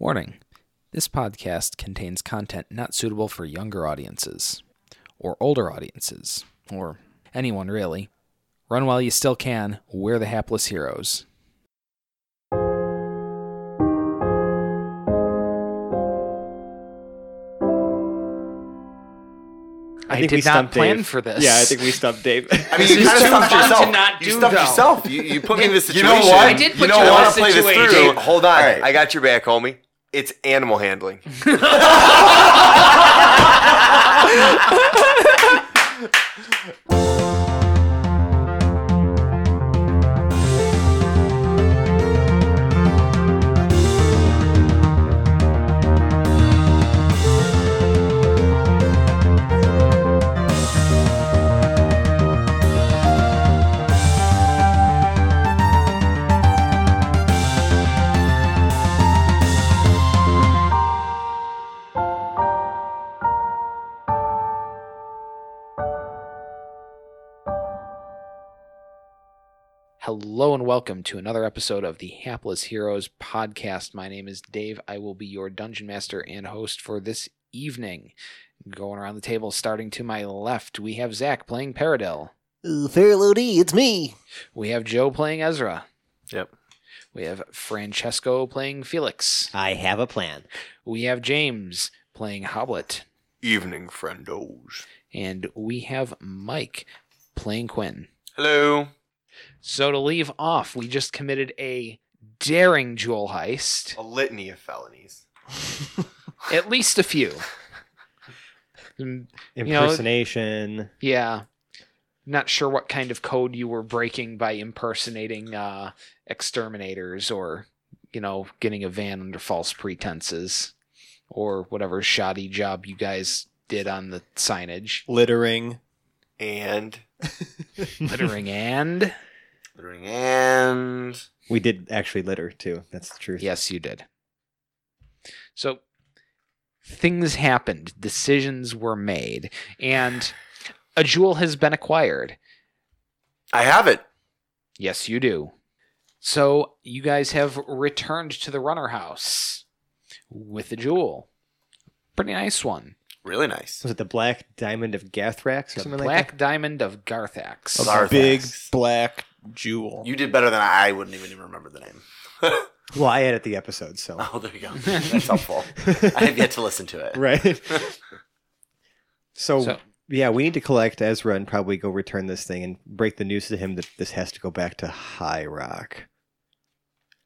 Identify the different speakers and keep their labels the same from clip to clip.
Speaker 1: Warning This podcast contains content not suitable for younger audiences, or older audiences, or anyone really. Run while you still can, we're the hapless heroes. I,
Speaker 2: think we
Speaker 1: did not
Speaker 2: stumped
Speaker 1: plan
Speaker 2: Dave.
Speaker 1: for this.
Speaker 2: Yeah, I think we stumped Dave.
Speaker 3: I mean,
Speaker 1: This
Speaker 3: you
Speaker 1: is
Speaker 3: kind
Speaker 1: too
Speaker 3: of stumped
Speaker 1: fun to
Speaker 3: yourself.
Speaker 1: not
Speaker 3: you
Speaker 1: do,
Speaker 3: stumped
Speaker 1: though.
Speaker 3: yourself. You, you put me in this
Speaker 2: You
Speaker 3: situation.
Speaker 2: know what? I
Speaker 1: did put
Speaker 3: you
Speaker 1: you
Speaker 3: know
Speaker 1: in
Speaker 3: what?
Speaker 1: this
Speaker 3: I'll play this
Speaker 1: situation.
Speaker 3: through. Hold on.
Speaker 2: All right.
Speaker 3: I got your back, homie. It's animal handling.
Speaker 1: Hello and welcome to another episode of the Hapless Heroes podcast. My name is Dave. I will be your dungeon master and host for this evening. Going around the table, starting to my left, we have Zach playing Paradel.
Speaker 4: Ooh, Fair Lodi, it's me.
Speaker 1: We have Joe playing Ezra.
Speaker 3: Yep.
Speaker 1: We have Francesco playing Felix.
Speaker 4: I have a plan.
Speaker 1: We have James playing Hoblet.
Speaker 3: Evening, friendos.
Speaker 1: And we have Mike playing Quinn.
Speaker 3: Hello.
Speaker 1: So to leave off, we just committed a daring jewel heist.
Speaker 3: A litany of felonies. Oh.
Speaker 1: At least a few. Mm, know-
Speaker 2: Impersonation.
Speaker 1: Yeah. Not sure what kind of code you were breaking by impersonating uh, exterminators or, you know, getting a van under false pretenses or whatever shoddy job you guys did on the signage.
Speaker 2: Littering.
Speaker 3: And
Speaker 1: Littering and.
Speaker 3: and
Speaker 2: We did actually litter too. That's the truth.
Speaker 1: Yes, you did. So things happened, decisions were made, and a jewel has been acquired.
Speaker 3: I have it.
Speaker 1: Yes, you do. So you guys have returned to the runner house with the jewel. Pretty nice one.
Speaker 3: Really nice.
Speaker 2: Was it the black diamond of Gathrax or
Speaker 1: The
Speaker 2: something
Speaker 1: Black Diamond of Garthax.
Speaker 3: Oh,
Speaker 5: Of
Speaker 3: Sorry.
Speaker 5: the big
Speaker 3: Sarthax.
Speaker 5: black jewel.
Speaker 3: You did better than I, I wouldn't even even remember the name.
Speaker 2: like that? Well, I edit the episode, so.
Speaker 3: oh, there you go. That's helpful.
Speaker 1: Oh.
Speaker 3: I have yet to listen to it.
Speaker 2: right. so,
Speaker 1: So-
Speaker 2: yeah, we need to collect Ezra and probably go return this thing and break the news to him that this has to go back to High Rock.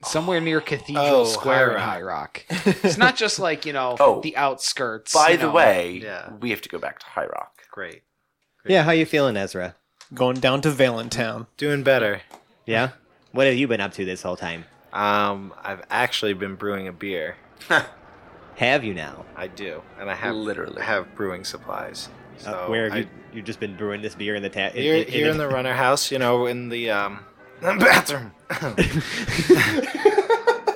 Speaker 1: Somewhere near Cathedral
Speaker 5: Oh,
Speaker 1: Square
Speaker 5: High
Speaker 1: in High Rock. It's not just like, you know,
Speaker 3: Oh.
Speaker 1: the outskirts.
Speaker 3: By
Speaker 1: you
Speaker 3: the
Speaker 1: know.
Speaker 3: way,
Speaker 5: Yeah.
Speaker 3: we have to go back to High Rock.
Speaker 5: Great.
Speaker 2: Yeah, how you feeling, Ezra?
Speaker 5: Going down to Valentown.
Speaker 6: Doing better.
Speaker 2: Yeah? What have you been up to this whole time?
Speaker 6: Um, I've actually been brewing a beer.
Speaker 2: Have you now?
Speaker 6: I do, and I have
Speaker 3: Literally.
Speaker 6: have brewing supplies. So
Speaker 2: Uh, where have
Speaker 6: I-
Speaker 2: you you've just been brewing this beer in the tap?
Speaker 6: here, here in the runner house, you know, in the um bathroom.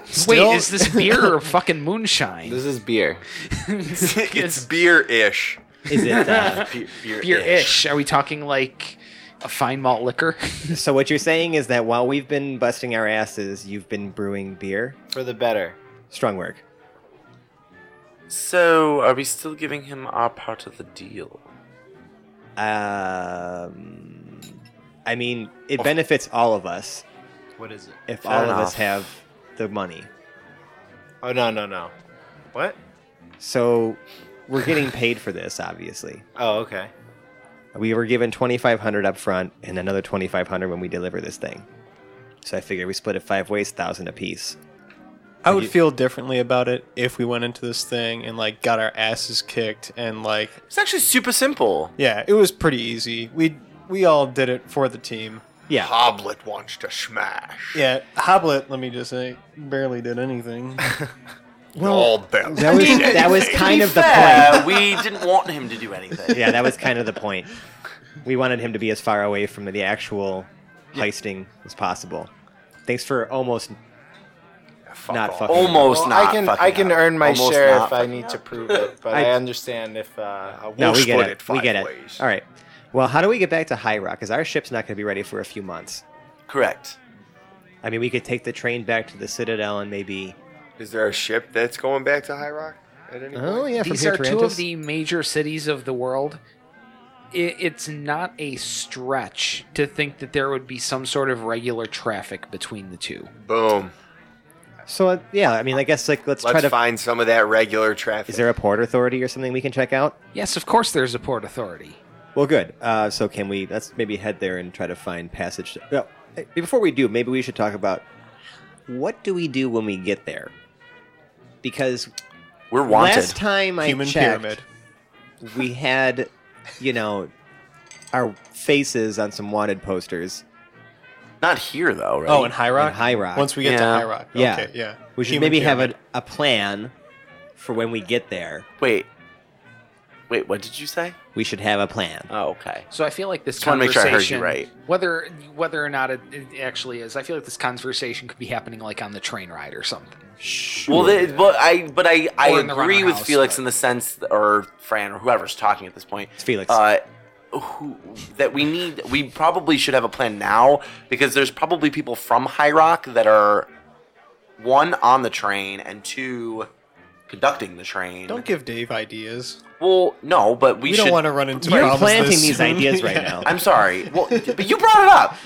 Speaker 5: Still-
Speaker 1: Wait, is this beer or fucking moonshine?
Speaker 6: this is beer.
Speaker 3: it's beer ish.
Speaker 2: is it? Uh,
Speaker 1: beer ish. Are we talking like a fine malt liquor?
Speaker 2: so what you're saying is that while we've been busting our asses, you've been brewing beer.
Speaker 6: for the better.
Speaker 2: Strong work.
Speaker 3: So, are we still giving him our part of the deal?
Speaker 2: Um, I mean, it
Speaker 6: Oh.
Speaker 2: benefits all of us
Speaker 6: What is it?
Speaker 2: if
Speaker 3: Fair
Speaker 2: all of
Speaker 3: enough.
Speaker 2: us have the money.
Speaker 6: Oh no no no. What?
Speaker 2: So we're getting paid for this, obviously.
Speaker 6: Oh okay.
Speaker 2: We were given 2500 up front and another 2500 when we deliver this thing. So I figured we split it five ways, 1000 apiece.
Speaker 5: I would
Speaker 2: you-
Speaker 5: feel differently about it if we went into this thing and like got our asses kicked and like
Speaker 3: It's actually super simple.
Speaker 5: yeah, it was pretty easy. We we all did it for the team.
Speaker 2: Yeah.
Speaker 3: Hoblet wants to smash.
Speaker 5: Yeah, Hoblet, let me just say, barely did anything.
Speaker 3: All bent.
Speaker 2: That was that was kind of the point.
Speaker 3: Fair, we didn't want him to do anything.
Speaker 2: Yeah, that was kind of the point. We wanted him to be as far away from the actual heisting as possible. Thanks for almost.
Speaker 3: Fuck
Speaker 2: Not
Speaker 3: off.
Speaker 2: fucking
Speaker 3: Almost
Speaker 6: Well,
Speaker 3: not.
Speaker 6: I can
Speaker 3: fucking
Speaker 6: I can
Speaker 3: up.
Speaker 6: earn my
Speaker 3: Almost
Speaker 6: share
Speaker 3: not
Speaker 6: if I
Speaker 3: fucking
Speaker 6: need
Speaker 3: up.
Speaker 6: to prove it, but
Speaker 2: I-
Speaker 6: I, understand if uh, I
Speaker 2: No,
Speaker 6: won't-
Speaker 2: we get
Speaker 3: split
Speaker 2: it.
Speaker 3: it
Speaker 2: we
Speaker 3: five
Speaker 2: get it.
Speaker 3: ways.
Speaker 2: All right. Well, how do we get back to High Rock? Because our ship's not going to be ready for a few months.
Speaker 3: Correct.
Speaker 2: I mean, we could take the train back to the Citadel and maybe
Speaker 7: Is there a ship that's going back to High Rock at any point?
Speaker 2: Oh yeah, from
Speaker 1: These
Speaker 2: here
Speaker 1: are
Speaker 2: to
Speaker 1: two of
Speaker 2: Rantus?
Speaker 1: the major cities of the world. I it's not a stretch to think that there would be some sort of regular traffic between the two.
Speaker 7: Boom.
Speaker 2: So uh, yeah, I mean, I guess like let's, try
Speaker 7: Let's
Speaker 2: to.
Speaker 7: find some of that regular traffic.
Speaker 2: is there a port authority or something we can check out?
Speaker 1: Yes, of course, there's a port authority.
Speaker 2: Well, good. Uh, so can we? Let's maybe head there and try to find passage. To, well, eh, before we do, maybe we should talk about what do we do when we get there? Because
Speaker 3: We're wanted.
Speaker 2: last time I
Speaker 5: Human
Speaker 2: checked,
Speaker 5: pyramid.
Speaker 2: we had, you know, our faces on some wanted posters.
Speaker 3: Not here though, right?
Speaker 5: Oh, in High Rock.
Speaker 2: in High Rock.
Speaker 5: Once we get to
Speaker 3: Yeah.
Speaker 5: High Rock.
Speaker 2: Yeah.
Speaker 5: Okay, yeah.
Speaker 2: we should
Speaker 5: Human
Speaker 2: maybe have
Speaker 5: pyramid.
Speaker 2: a, a plan for when we get there.
Speaker 3: wait. Wait, what did you say?
Speaker 2: We should have a plan.
Speaker 3: Oh, okay.
Speaker 1: So I feel like this
Speaker 3: Just wanna make sure I heard
Speaker 1: conversation,
Speaker 3: you right.
Speaker 1: whether whether or not it, it actually is, I feel like this conversation could be happening like on the train ride or something.
Speaker 5: Uh,
Speaker 3: Well, they, but I but I, I
Speaker 1: Or in the
Speaker 3: agree with
Speaker 1: runner house,
Speaker 3: Felix
Speaker 1: but-
Speaker 3: in the sense, or Fran, or whoever's talking at this point.
Speaker 2: It's Felix.
Speaker 3: Uh, who, that we need, we probably should have a plan now because there's probably people from High Rock that are one on the train and two conducting the train.
Speaker 5: Don't give Dave ideas.
Speaker 3: well, no, but we,
Speaker 5: We,
Speaker 3: should.
Speaker 5: don't want to run into
Speaker 2: You're
Speaker 5: problems
Speaker 2: planting
Speaker 5: this
Speaker 2: these
Speaker 5: soon.
Speaker 2: ideas right
Speaker 5: Yeah.
Speaker 2: now.
Speaker 3: I'm sorry. Well, but you brought it up.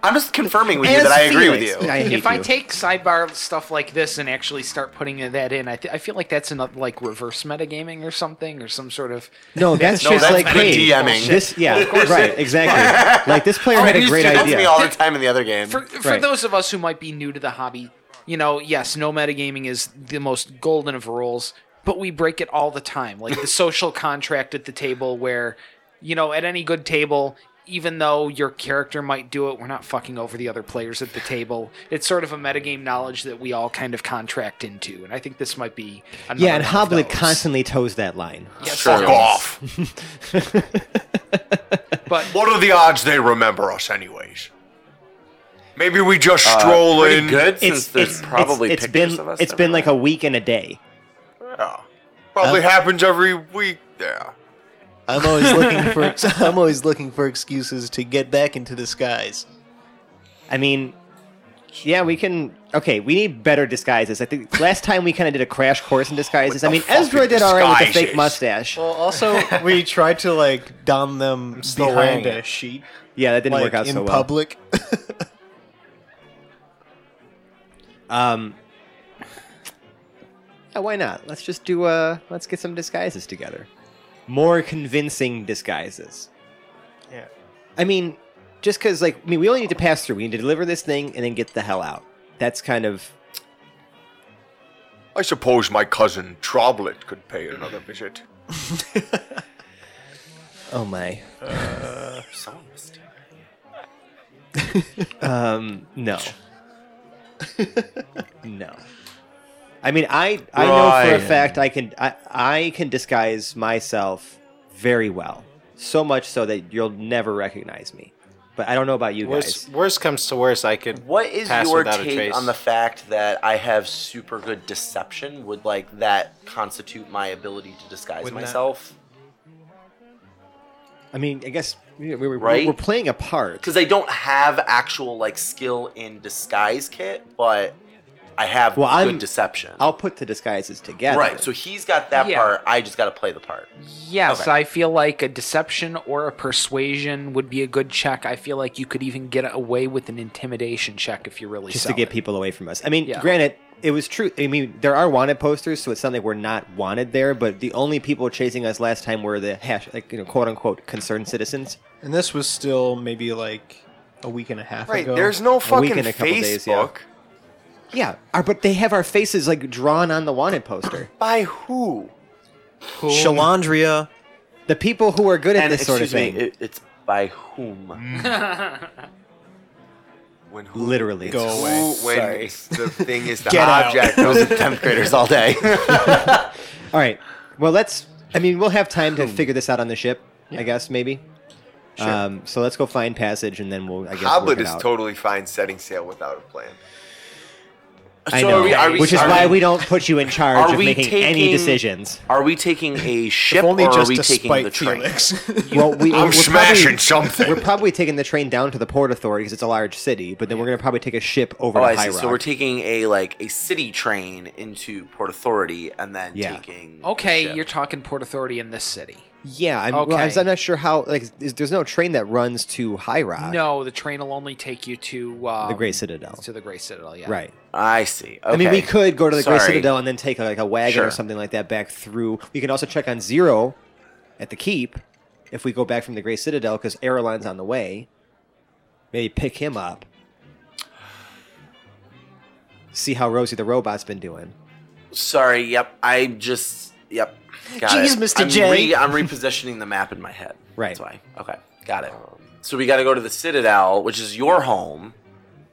Speaker 3: I'm just confirming with you
Speaker 2: As
Speaker 3: that I agree with
Speaker 2: Felix.
Speaker 3: you.
Speaker 2: I hate
Speaker 1: if I
Speaker 2: you.
Speaker 1: take sidebar stuff like this and actually start putting that in, I, th- I feel like that's another like reverse metagaming or something or some sort of.
Speaker 2: No, that's
Speaker 3: No,
Speaker 2: just
Speaker 3: that's
Speaker 2: like
Speaker 3: good
Speaker 2: hey,
Speaker 3: DMing.
Speaker 2: This, yeah, right, exactly. like this player
Speaker 3: Oh,
Speaker 2: had a
Speaker 3: you
Speaker 2: great
Speaker 3: used to- That's me
Speaker 2: idea.
Speaker 3: all the time in the other game. Uh,
Speaker 1: For, for
Speaker 2: Right.
Speaker 1: those of us who might be new to the hobby, you know, yes, no metagaming is the most golden of rules, but we break it all the time. Like the social contract at the table, where, you know, at any good table, even though your character might do it, we're not fucking over the other players at the table. It's sort of a metagame knowledge that we all kind of contract into. And I think this might be. another
Speaker 2: Yeah, and
Speaker 1: one of
Speaker 2: Hoblit
Speaker 1: those.
Speaker 2: constantly toes that line.
Speaker 1: Yes,
Speaker 7: Fuck
Speaker 1: it is.
Speaker 7: off.
Speaker 1: But
Speaker 7: What are the odds they remember us, anyways? Maybe we just stroll
Speaker 3: Uh, Pretty
Speaker 7: in.
Speaker 3: good, since there's
Speaker 2: it's-
Speaker 3: probably
Speaker 2: it's, it's
Speaker 3: pictures
Speaker 2: been
Speaker 3: of us.
Speaker 2: it's been like a week and a day.
Speaker 7: Yeah. Probably happens every week there.
Speaker 4: I'm always looking for I'm always looking for excuses to get back into disguise.
Speaker 2: I mean, yeah, we can. Okay, we need better disguises. I think last time we kind of did a crash course in disguises. I mean, Ezra did all right with the fake
Speaker 7: disguises?
Speaker 2: mustache.
Speaker 5: Well, also we tried to like don them
Speaker 6: still
Speaker 5: behind
Speaker 6: wearing
Speaker 5: a
Speaker 6: it.
Speaker 5: sheet,
Speaker 2: yeah, that didn't
Speaker 5: like
Speaker 2: work out
Speaker 5: in
Speaker 2: so well.
Speaker 5: public.
Speaker 2: Um, yeah, why not? Let's just do. Uh, let's get some disguises together. More convincing disguises.
Speaker 5: Yeah.
Speaker 2: I mean, just because, like, I mean, we only need to pass through. We need to deliver this thing and then get the hell out. That's kind of.
Speaker 7: I suppose my cousin Troblet could pay another visit.
Speaker 2: Oh my.
Speaker 3: Someone missed it.
Speaker 2: Um. No. no. I mean, I I know for
Speaker 7: Ryan.
Speaker 2: a fact I can I I can disguise myself very well, so much so that you'll never recognize me. But I don't know about you guys.
Speaker 6: Worst, worst comes to worst, I could.
Speaker 3: What is
Speaker 6: pass
Speaker 3: your
Speaker 6: without a
Speaker 3: take
Speaker 6: trace.
Speaker 3: on the fact that I have super good deception? Would like that constitute my ability to disguise
Speaker 5: Wouldn't that-
Speaker 3: myself?
Speaker 2: I mean, I guess we, we, we-
Speaker 3: Right?
Speaker 2: we're playing a part.
Speaker 3: Because I don't have actual like skill in disguise kit, but I have
Speaker 2: Well,
Speaker 3: good
Speaker 2: I'm-
Speaker 3: deception.
Speaker 2: I'll put the disguises together.
Speaker 3: right, so he's got that
Speaker 1: Yeah.
Speaker 3: part. I just got to play the part.
Speaker 1: Yes,
Speaker 3: Okay.
Speaker 1: I feel like a deception or a persuasion would be a good check. I feel like you could even get away with an intimidation check if you really
Speaker 2: just to
Speaker 1: sell
Speaker 2: get
Speaker 1: it.
Speaker 2: people away from us. I mean,
Speaker 1: Yeah.
Speaker 2: granted, it was true. I mean, there are wanted posters, so it's not like we're not wanted there. But the only people chasing us last time were the hash, like you know, quote unquote, concerned citizens.
Speaker 5: and this was still maybe like a week and a half
Speaker 7: Right,
Speaker 5: ago.
Speaker 7: there's no fucking
Speaker 2: and a couple
Speaker 7: Facebook.
Speaker 2: days, yeah. Yeah, our, but they have our faces like drawn on the wanted poster.
Speaker 7: By who?
Speaker 4: Shalandria.
Speaker 2: the people who are good at
Speaker 3: and
Speaker 2: this sort of
Speaker 3: excuse
Speaker 2: thing,
Speaker 3: me, it- it's by whom?
Speaker 1: Mm.
Speaker 7: When who?
Speaker 2: literally.
Speaker 5: Go
Speaker 7: Who,
Speaker 5: away.
Speaker 7: when
Speaker 5: Sorry.
Speaker 7: it's the thing is the
Speaker 5: Get out.
Speaker 7: object.
Speaker 3: Those are 10th graders all day.
Speaker 2: All right. Well, let's. I mean, we'll have time to figure this out on the ship. I guess maybe. Um, so let's go find passage, and then we'll. I guess. work
Speaker 7: Hoblet
Speaker 2: it
Speaker 7: is
Speaker 2: out.
Speaker 7: totally fine setting sail without a plan.
Speaker 2: I
Speaker 3: So
Speaker 2: know.
Speaker 3: are we- are we-
Speaker 2: Which is
Speaker 3: are
Speaker 2: why
Speaker 3: we-
Speaker 2: we don't put you in
Speaker 3: Are
Speaker 2: charge of
Speaker 3: we
Speaker 2: making any
Speaker 3: taking-
Speaker 2: decisions.
Speaker 3: Are we taking a ship
Speaker 5: If only
Speaker 3: or are
Speaker 5: just
Speaker 3: we
Speaker 5: to
Speaker 3: taking
Speaker 5: spite
Speaker 3: the train?
Speaker 5: Felix.
Speaker 2: Well, we,
Speaker 7: I'm
Speaker 2: we're
Speaker 7: smashing
Speaker 2: probably,
Speaker 7: something.
Speaker 2: We're probably taking the train down to the port authority because it's a large city, but then we're going to probably take a ship over
Speaker 3: Oh,
Speaker 2: to
Speaker 3: I
Speaker 2: High
Speaker 3: see.
Speaker 2: Rock.
Speaker 3: So we're taking a like a city train into Port Authority and then
Speaker 2: Yeah.
Speaker 3: taking
Speaker 1: Okay,
Speaker 3: ship.
Speaker 1: you're talking Port Authority in this city.
Speaker 2: yeah, I'm, well, I'm,
Speaker 1: Okay.
Speaker 2: I'm not sure how. Like, is, there's no train that runs to High Rock,
Speaker 1: No, the train will only take you to um,
Speaker 2: the Gray Citadel,
Speaker 1: To the Gray Citadel, yeah.
Speaker 2: right?
Speaker 3: I see. Okay.
Speaker 2: I mean, we could go to the Great
Speaker 3: Sorry.
Speaker 2: Citadel and then take like a wagon or
Speaker 3: Sure.
Speaker 2: something like that back through. We can also check on Zero at the keep if we go back from the Great Citadel because Aeroline's on the way. Maybe pick him up. See how Rosie the robot's been doing.
Speaker 3: Sorry. Yep. I just. Yep. Got
Speaker 4: Jeez,
Speaker 3: it.
Speaker 4: Mr.
Speaker 3: I'm
Speaker 4: J.
Speaker 3: Re- I'm repositioning the map in my head.
Speaker 2: Right.
Speaker 3: That's why. Okay. Got it. So we got to go to the Citadel, which is your home.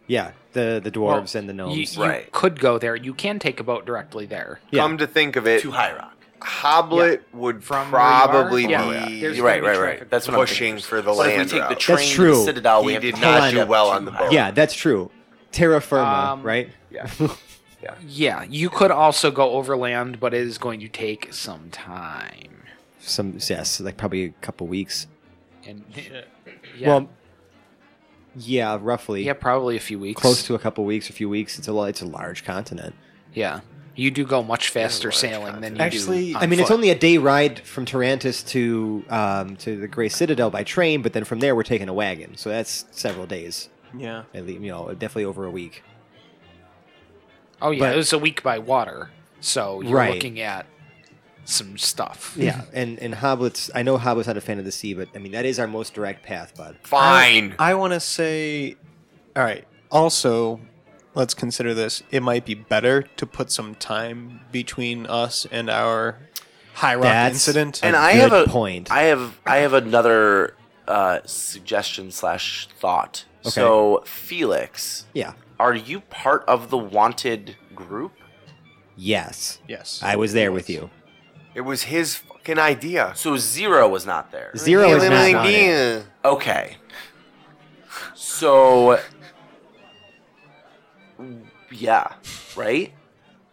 Speaker 2: Yeah, the the
Speaker 1: Well,
Speaker 2: dwarves and the gnomes.
Speaker 1: You, you
Speaker 3: Right.
Speaker 1: could go there. You can take a boat directly there.
Speaker 2: Yeah.
Speaker 7: Come to think of it,
Speaker 3: To High Rock.
Speaker 7: Hoblet would
Speaker 1: From where you are?
Speaker 7: probably
Speaker 1: Yeah.
Speaker 7: be
Speaker 1: There's
Speaker 3: You're right.
Speaker 1: gonna
Speaker 3: Right.
Speaker 1: be
Speaker 3: Right.
Speaker 1: traffic.
Speaker 3: That's what
Speaker 7: Oh, pushing
Speaker 3: I'm thinking.
Speaker 7: for the
Speaker 3: So if we take
Speaker 7: land
Speaker 3: the
Speaker 7: route.
Speaker 3: train to
Speaker 2: true.
Speaker 3: the Citadel,
Speaker 7: He
Speaker 3: we have
Speaker 7: did
Speaker 3: to
Speaker 7: not
Speaker 3: catch
Speaker 7: do
Speaker 3: up
Speaker 7: well
Speaker 3: to
Speaker 7: on the
Speaker 3: High Rock.
Speaker 7: boat.
Speaker 2: yeah, that's true. Terra firma,
Speaker 1: Um,
Speaker 2: right?
Speaker 1: Yeah, you could also go overland, but it is going to take some time.
Speaker 2: Some yes, like probably a couple weeks.
Speaker 1: And yeah,
Speaker 2: Well, yeah, roughly.
Speaker 1: yeah, probably a few weeks.
Speaker 2: Close to a couple weeks, a few weeks. It's a li- it's a large continent.
Speaker 1: Yeah, you do go much faster sailing than you
Speaker 2: Actually,
Speaker 1: do
Speaker 2: I
Speaker 1: on
Speaker 2: mean, it's
Speaker 1: foot.
Speaker 2: only a day ride from Tarantus to um, to the Gray Citadel by train, but then from there we're taking a wagon, so that's several days.
Speaker 5: yeah.
Speaker 2: At least, you know, definitely over a week.
Speaker 1: Oh yeah,
Speaker 2: but-
Speaker 1: it was a week by water, so you're
Speaker 2: Right.
Speaker 1: looking at some stuff.
Speaker 2: Yeah, and and Hoblet's. I know Hoblet's not a fan of the sea, but I mean that is our most direct path, bud.
Speaker 7: Fine.
Speaker 5: I want to say, all right. Also, let's consider this. It might be better to put some time between us and our high rock
Speaker 2: That's-
Speaker 5: incident.
Speaker 2: a
Speaker 3: and I
Speaker 2: good
Speaker 3: have a
Speaker 2: point.
Speaker 3: I have I have another uh, suggestion slash thought.
Speaker 2: Okay.
Speaker 3: So Felix,
Speaker 2: Yeah.
Speaker 3: are you part of the wanted group?
Speaker 2: Yes,
Speaker 5: yes,
Speaker 2: I was there with you.
Speaker 7: It was his fucking idea.
Speaker 3: So Zero was not there.
Speaker 2: Zero is not on it.
Speaker 3: Okay. So yeah, right?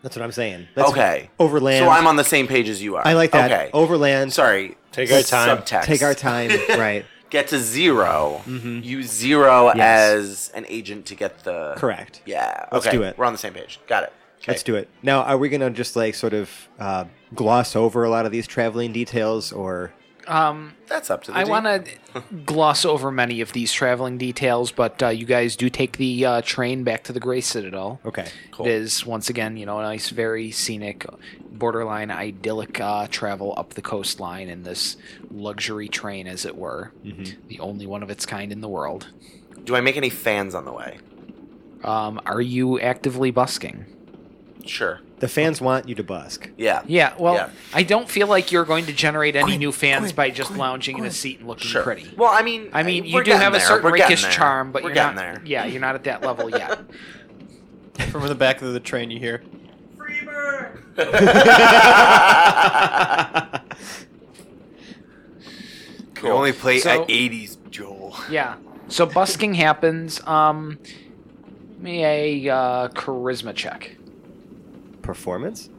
Speaker 2: That's what I'm saying. Let's
Speaker 3: okay.
Speaker 2: Overland.
Speaker 3: So I'm on the same page as you are.
Speaker 2: I like that.
Speaker 3: Okay.
Speaker 2: Overland.
Speaker 3: Sorry.
Speaker 6: Take our time.
Speaker 3: Subtext.
Speaker 2: Take our time. right.
Speaker 3: Get to 0 Use zero
Speaker 2: Yes.
Speaker 3: as an agent to get the
Speaker 2: Correct.
Speaker 3: Yeah.
Speaker 2: Let's
Speaker 3: okay.
Speaker 2: do it.
Speaker 3: We're on the same page. Got it. Okay.
Speaker 2: Let's do it. Now, are we going to just like sort of uh, gloss over a lot of these traveling details or
Speaker 1: Um,
Speaker 3: That's up to the
Speaker 1: I
Speaker 3: D.
Speaker 1: want to gloss over many of these traveling details, but uh, you guys do take the uh, train back to the Gray Citadel.
Speaker 2: Okay.
Speaker 3: Cool.
Speaker 1: It is once again, you know, a nice, very scenic, borderline idyllic uh, travel up the coastline in this luxury train, as it were,
Speaker 3: Mm-hmm.
Speaker 1: the only one of its kind in the world.
Speaker 3: Do I make any fans on the way?
Speaker 1: Um, are you actively busking?
Speaker 3: Sure.
Speaker 2: The fans want you to busk.
Speaker 3: Yeah.
Speaker 1: Yeah, well,
Speaker 3: Yeah.
Speaker 1: I don't feel like you're going to generate any new fans by just lounging in a seat and looking
Speaker 3: Sure.
Speaker 1: pretty.
Speaker 3: Well, I mean,
Speaker 1: I mean, you
Speaker 3: we're
Speaker 1: do
Speaker 3: getting
Speaker 1: have a
Speaker 3: there.
Speaker 1: certain
Speaker 3: We're getting
Speaker 1: rakish
Speaker 3: there.
Speaker 1: charm, but
Speaker 3: we're
Speaker 1: you're
Speaker 3: getting
Speaker 1: not.
Speaker 3: there.
Speaker 1: Yeah, you're not at that level yet.
Speaker 5: From the back of the train, you hear.
Speaker 7: We only play
Speaker 1: So-
Speaker 7: at 80s, Joel.
Speaker 1: yeah. So busking happens. Um, give me a uh, charisma check.
Speaker 2: Performance?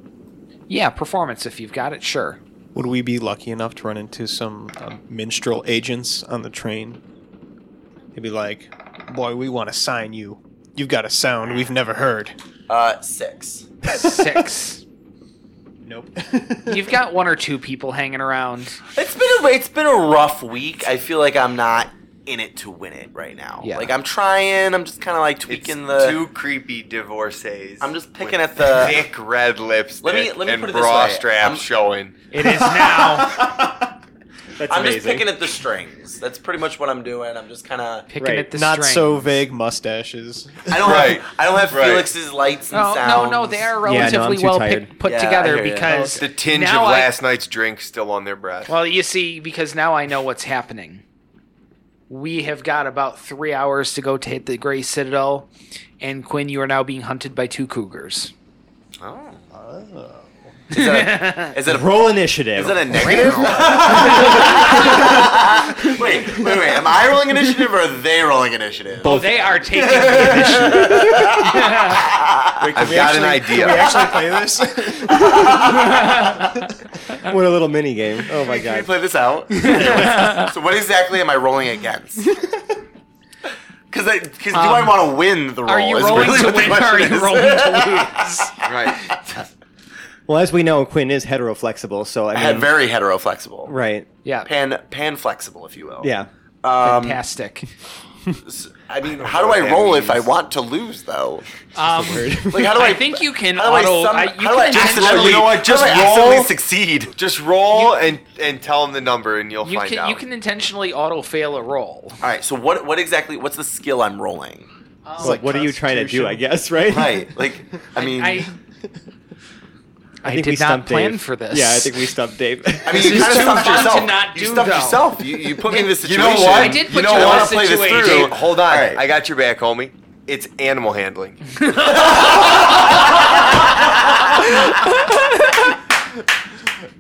Speaker 1: Yeah, performance if you've got it. Sure.
Speaker 5: Would we be lucky enough to run into some uh, minstrel agents on the train? They'd be like, "Boy, we want to sign you. You've got a sound we've never heard."
Speaker 3: Uh, six.
Speaker 1: Six.
Speaker 5: Nope.
Speaker 1: you've got one or two people hanging around.
Speaker 3: It's been a it's been a rough week. I feel like I'm not in it to win it right now.
Speaker 1: Yeah.
Speaker 3: Like I'm trying. I'm just kind of like
Speaker 7: It's
Speaker 3: tweaking the.
Speaker 7: two creepy divorcees.
Speaker 3: I'm just picking
Speaker 7: with
Speaker 3: at the-
Speaker 7: thick red lips.
Speaker 3: Let me- let me
Speaker 7: and
Speaker 3: put it this
Speaker 7: bra
Speaker 3: way.
Speaker 7: straps
Speaker 3: I'm-
Speaker 7: showing.
Speaker 1: It is now
Speaker 2: That's
Speaker 3: I'm just picking at the strings. That's pretty much what I'm doing. I'm just kind of.
Speaker 1: picking
Speaker 2: Right,
Speaker 1: at the
Speaker 5: Not
Speaker 1: string.
Speaker 5: so vague mustaches.
Speaker 3: I don't
Speaker 7: Right.
Speaker 3: have I don't have
Speaker 7: Right.
Speaker 3: Felix's lights and
Speaker 1: No, Oh, no,
Speaker 3: sounds.
Speaker 1: no. They are
Speaker 2: Yeah, no, I'm
Speaker 1: relatively
Speaker 2: too
Speaker 1: well
Speaker 2: tired.
Speaker 1: pick, put
Speaker 3: Yeah, I
Speaker 1: together
Speaker 3: hear ya. Oh,
Speaker 1: because
Speaker 7: The tinge
Speaker 1: now
Speaker 7: of
Speaker 1: I-
Speaker 7: last night's drink still on their breath.
Speaker 1: Well, you see, because now I know what's happening. We have got about three hours to go to hit the Gray Citadel, and Quinn, you are now being hunted by two cougars.
Speaker 3: Oh. Is that a, is that a,
Speaker 2: Roll initiative.
Speaker 3: is that a negative? wait, wait, wait. Am I rolling initiative or are they rolling initiative?
Speaker 1: Oh, they are taking the initiative.
Speaker 7: I've got an idea.
Speaker 5: we actually play this?
Speaker 2: what a little mini game. Oh my
Speaker 3: Can we
Speaker 2: god.
Speaker 3: play this out? so what exactly am I rolling against? Because because do I
Speaker 1: Um,
Speaker 3: want to win the roll?
Speaker 1: Are you
Speaker 3: is
Speaker 1: rolling
Speaker 3: really
Speaker 1: to
Speaker 3: what the
Speaker 1: win or are
Speaker 3: question
Speaker 1: you
Speaker 3: is.
Speaker 1: rolling to lose?
Speaker 7: Right.
Speaker 2: Well, as we know, Quinn is heteroflexible, so I
Speaker 3: I
Speaker 2: mean,
Speaker 3: had very hetero flexible,
Speaker 2: right?
Speaker 1: Yeah,
Speaker 3: pan pan flexible, if you will.
Speaker 2: Yeah.
Speaker 3: Um,
Speaker 1: fantastic.
Speaker 3: I mean, how do I roll if I want to lose though?
Speaker 1: Um,
Speaker 3: Like, how do I?
Speaker 1: I think you can
Speaker 3: how do I
Speaker 1: auto.
Speaker 3: sum-
Speaker 1: I, you
Speaker 3: how do I
Speaker 1: can
Speaker 7: accidentally-
Speaker 1: intentionally-
Speaker 7: You know what, just
Speaker 3: how do I accidentally
Speaker 7: roll.
Speaker 3: succeed.
Speaker 7: Just roll and and tell him the number, and you'll
Speaker 1: you
Speaker 7: find
Speaker 1: can
Speaker 7: out.
Speaker 1: you can intentionally auto fail a roll.
Speaker 3: All right. So what what exactly? What's the skill I'm rolling?
Speaker 2: Well, what are you trying to do? I guess, right?
Speaker 3: Right. Like, I mean,
Speaker 1: I,
Speaker 3: I,
Speaker 1: I, did not
Speaker 2: stumped
Speaker 1: plan
Speaker 2: Dave.
Speaker 1: for this.
Speaker 2: Yeah, I think we stumped Dave.
Speaker 3: mean,
Speaker 1: this
Speaker 3: you
Speaker 1: is
Speaker 3: kind of
Speaker 1: too fun
Speaker 3: stumped
Speaker 1: to
Speaker 3: yourself.
Speaker 1: not
Speaker 3: you
Speaker 1: do,
Speaker 3: stumped
Speaker 1: though.
Speaker 3: yourself. You, you put me in this
Speaker 7: You
Speaker 3: situation.
Speaker 7: know what?
Speaker 1: I did
Speaker 7: you
Speaker 1: put
Speaker 7: know
Speaker 1: you in
Speaker 7: what?
Speaker 1: a
Speaker 7: I'll play this
Speaker 1: situation.
Speaker 7: through. Hold on.
Speaker 3: All right.
Speaker 7: I got your back, homie. It's animal handling.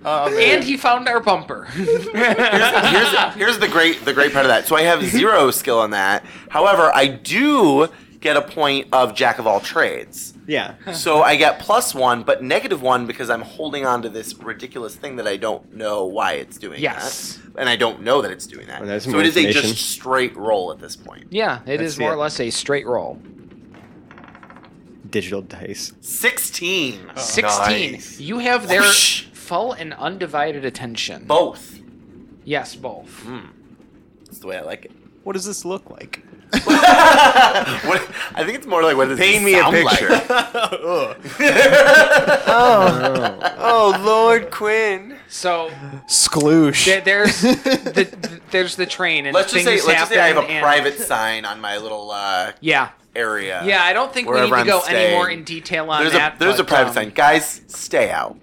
Speaker 1: and he found our bumper.
Speaker 3: here's, here's the great the great part of that. So I have zero skill on that. However, I do get a point of jack of all trades.
Speaker 2: yeah.
Speaker 3: So I get plus one, but negative one because I'm holding on to this ridiculous thing that I don't know why it's doing
Speaker 1: Yes.
Speaker 3: that. And I don't know that it's doing that.
Speaker 2: Well, there's
Speaker 3: so
Speaker 2: more
Speaker 3: it is a
Speaker 2: information.
Speaker 3: just straight roll at this point.
Speaker 1: yeah, it
Speaker 2: Let's
Speaker 1: is
Speaker 2: see
Speaker 1: more
Speaker 2: it.
Speaker 1: or less a straight roll.
Speaker 2: Digital dice.
Speaker 3: 16.
Speaker 1: Oh. Sixteen.
Speaker 7: Nice.
Speaker 1: You have their
Speaker 3: Whoosh.
Speaker 1: full and undivided attention.
Speaker 3: Both. Hmm.
Speaker 1: yes, both.
Speaker 3: That's the way I like it.
Speaker 5: what does this look like?
Speaker 3: What, I think it's more like what does
Speaker 7: Paint
Speaker 3: this
Speaker 7: me a
Speaker 3: sound like?
Speaker 7: picture.
Speaker 2: Oh Lord, Quinn.
Speaker 1: So
Speaker 5: Skloosh.
Speaker 1: there, there's the, the- there's the train and
Speaker 3: Let's just
Speaker 1: things
Speaker 3: say let's just say I have a
Speaker 1: happen and-
Speaker 3: private sign on my little uh,
Speaker 1: Yeah,
Speaker 3: area.
Speaker 1: yeah. I don't think we need
Speaker 3: Wherever
Speaker 1: to
Speaker 3: I'm
Speaker 1: go any more
Speaker 3: staying.
Speaker 1: in detail on
Speaker 3: there's
Speaker 1: that.
Speaker 3: a there's a
Speaker 1: but,
Speaker 3: private
Speaker 1: um,
Speaker 3: sign. Guys, stay out.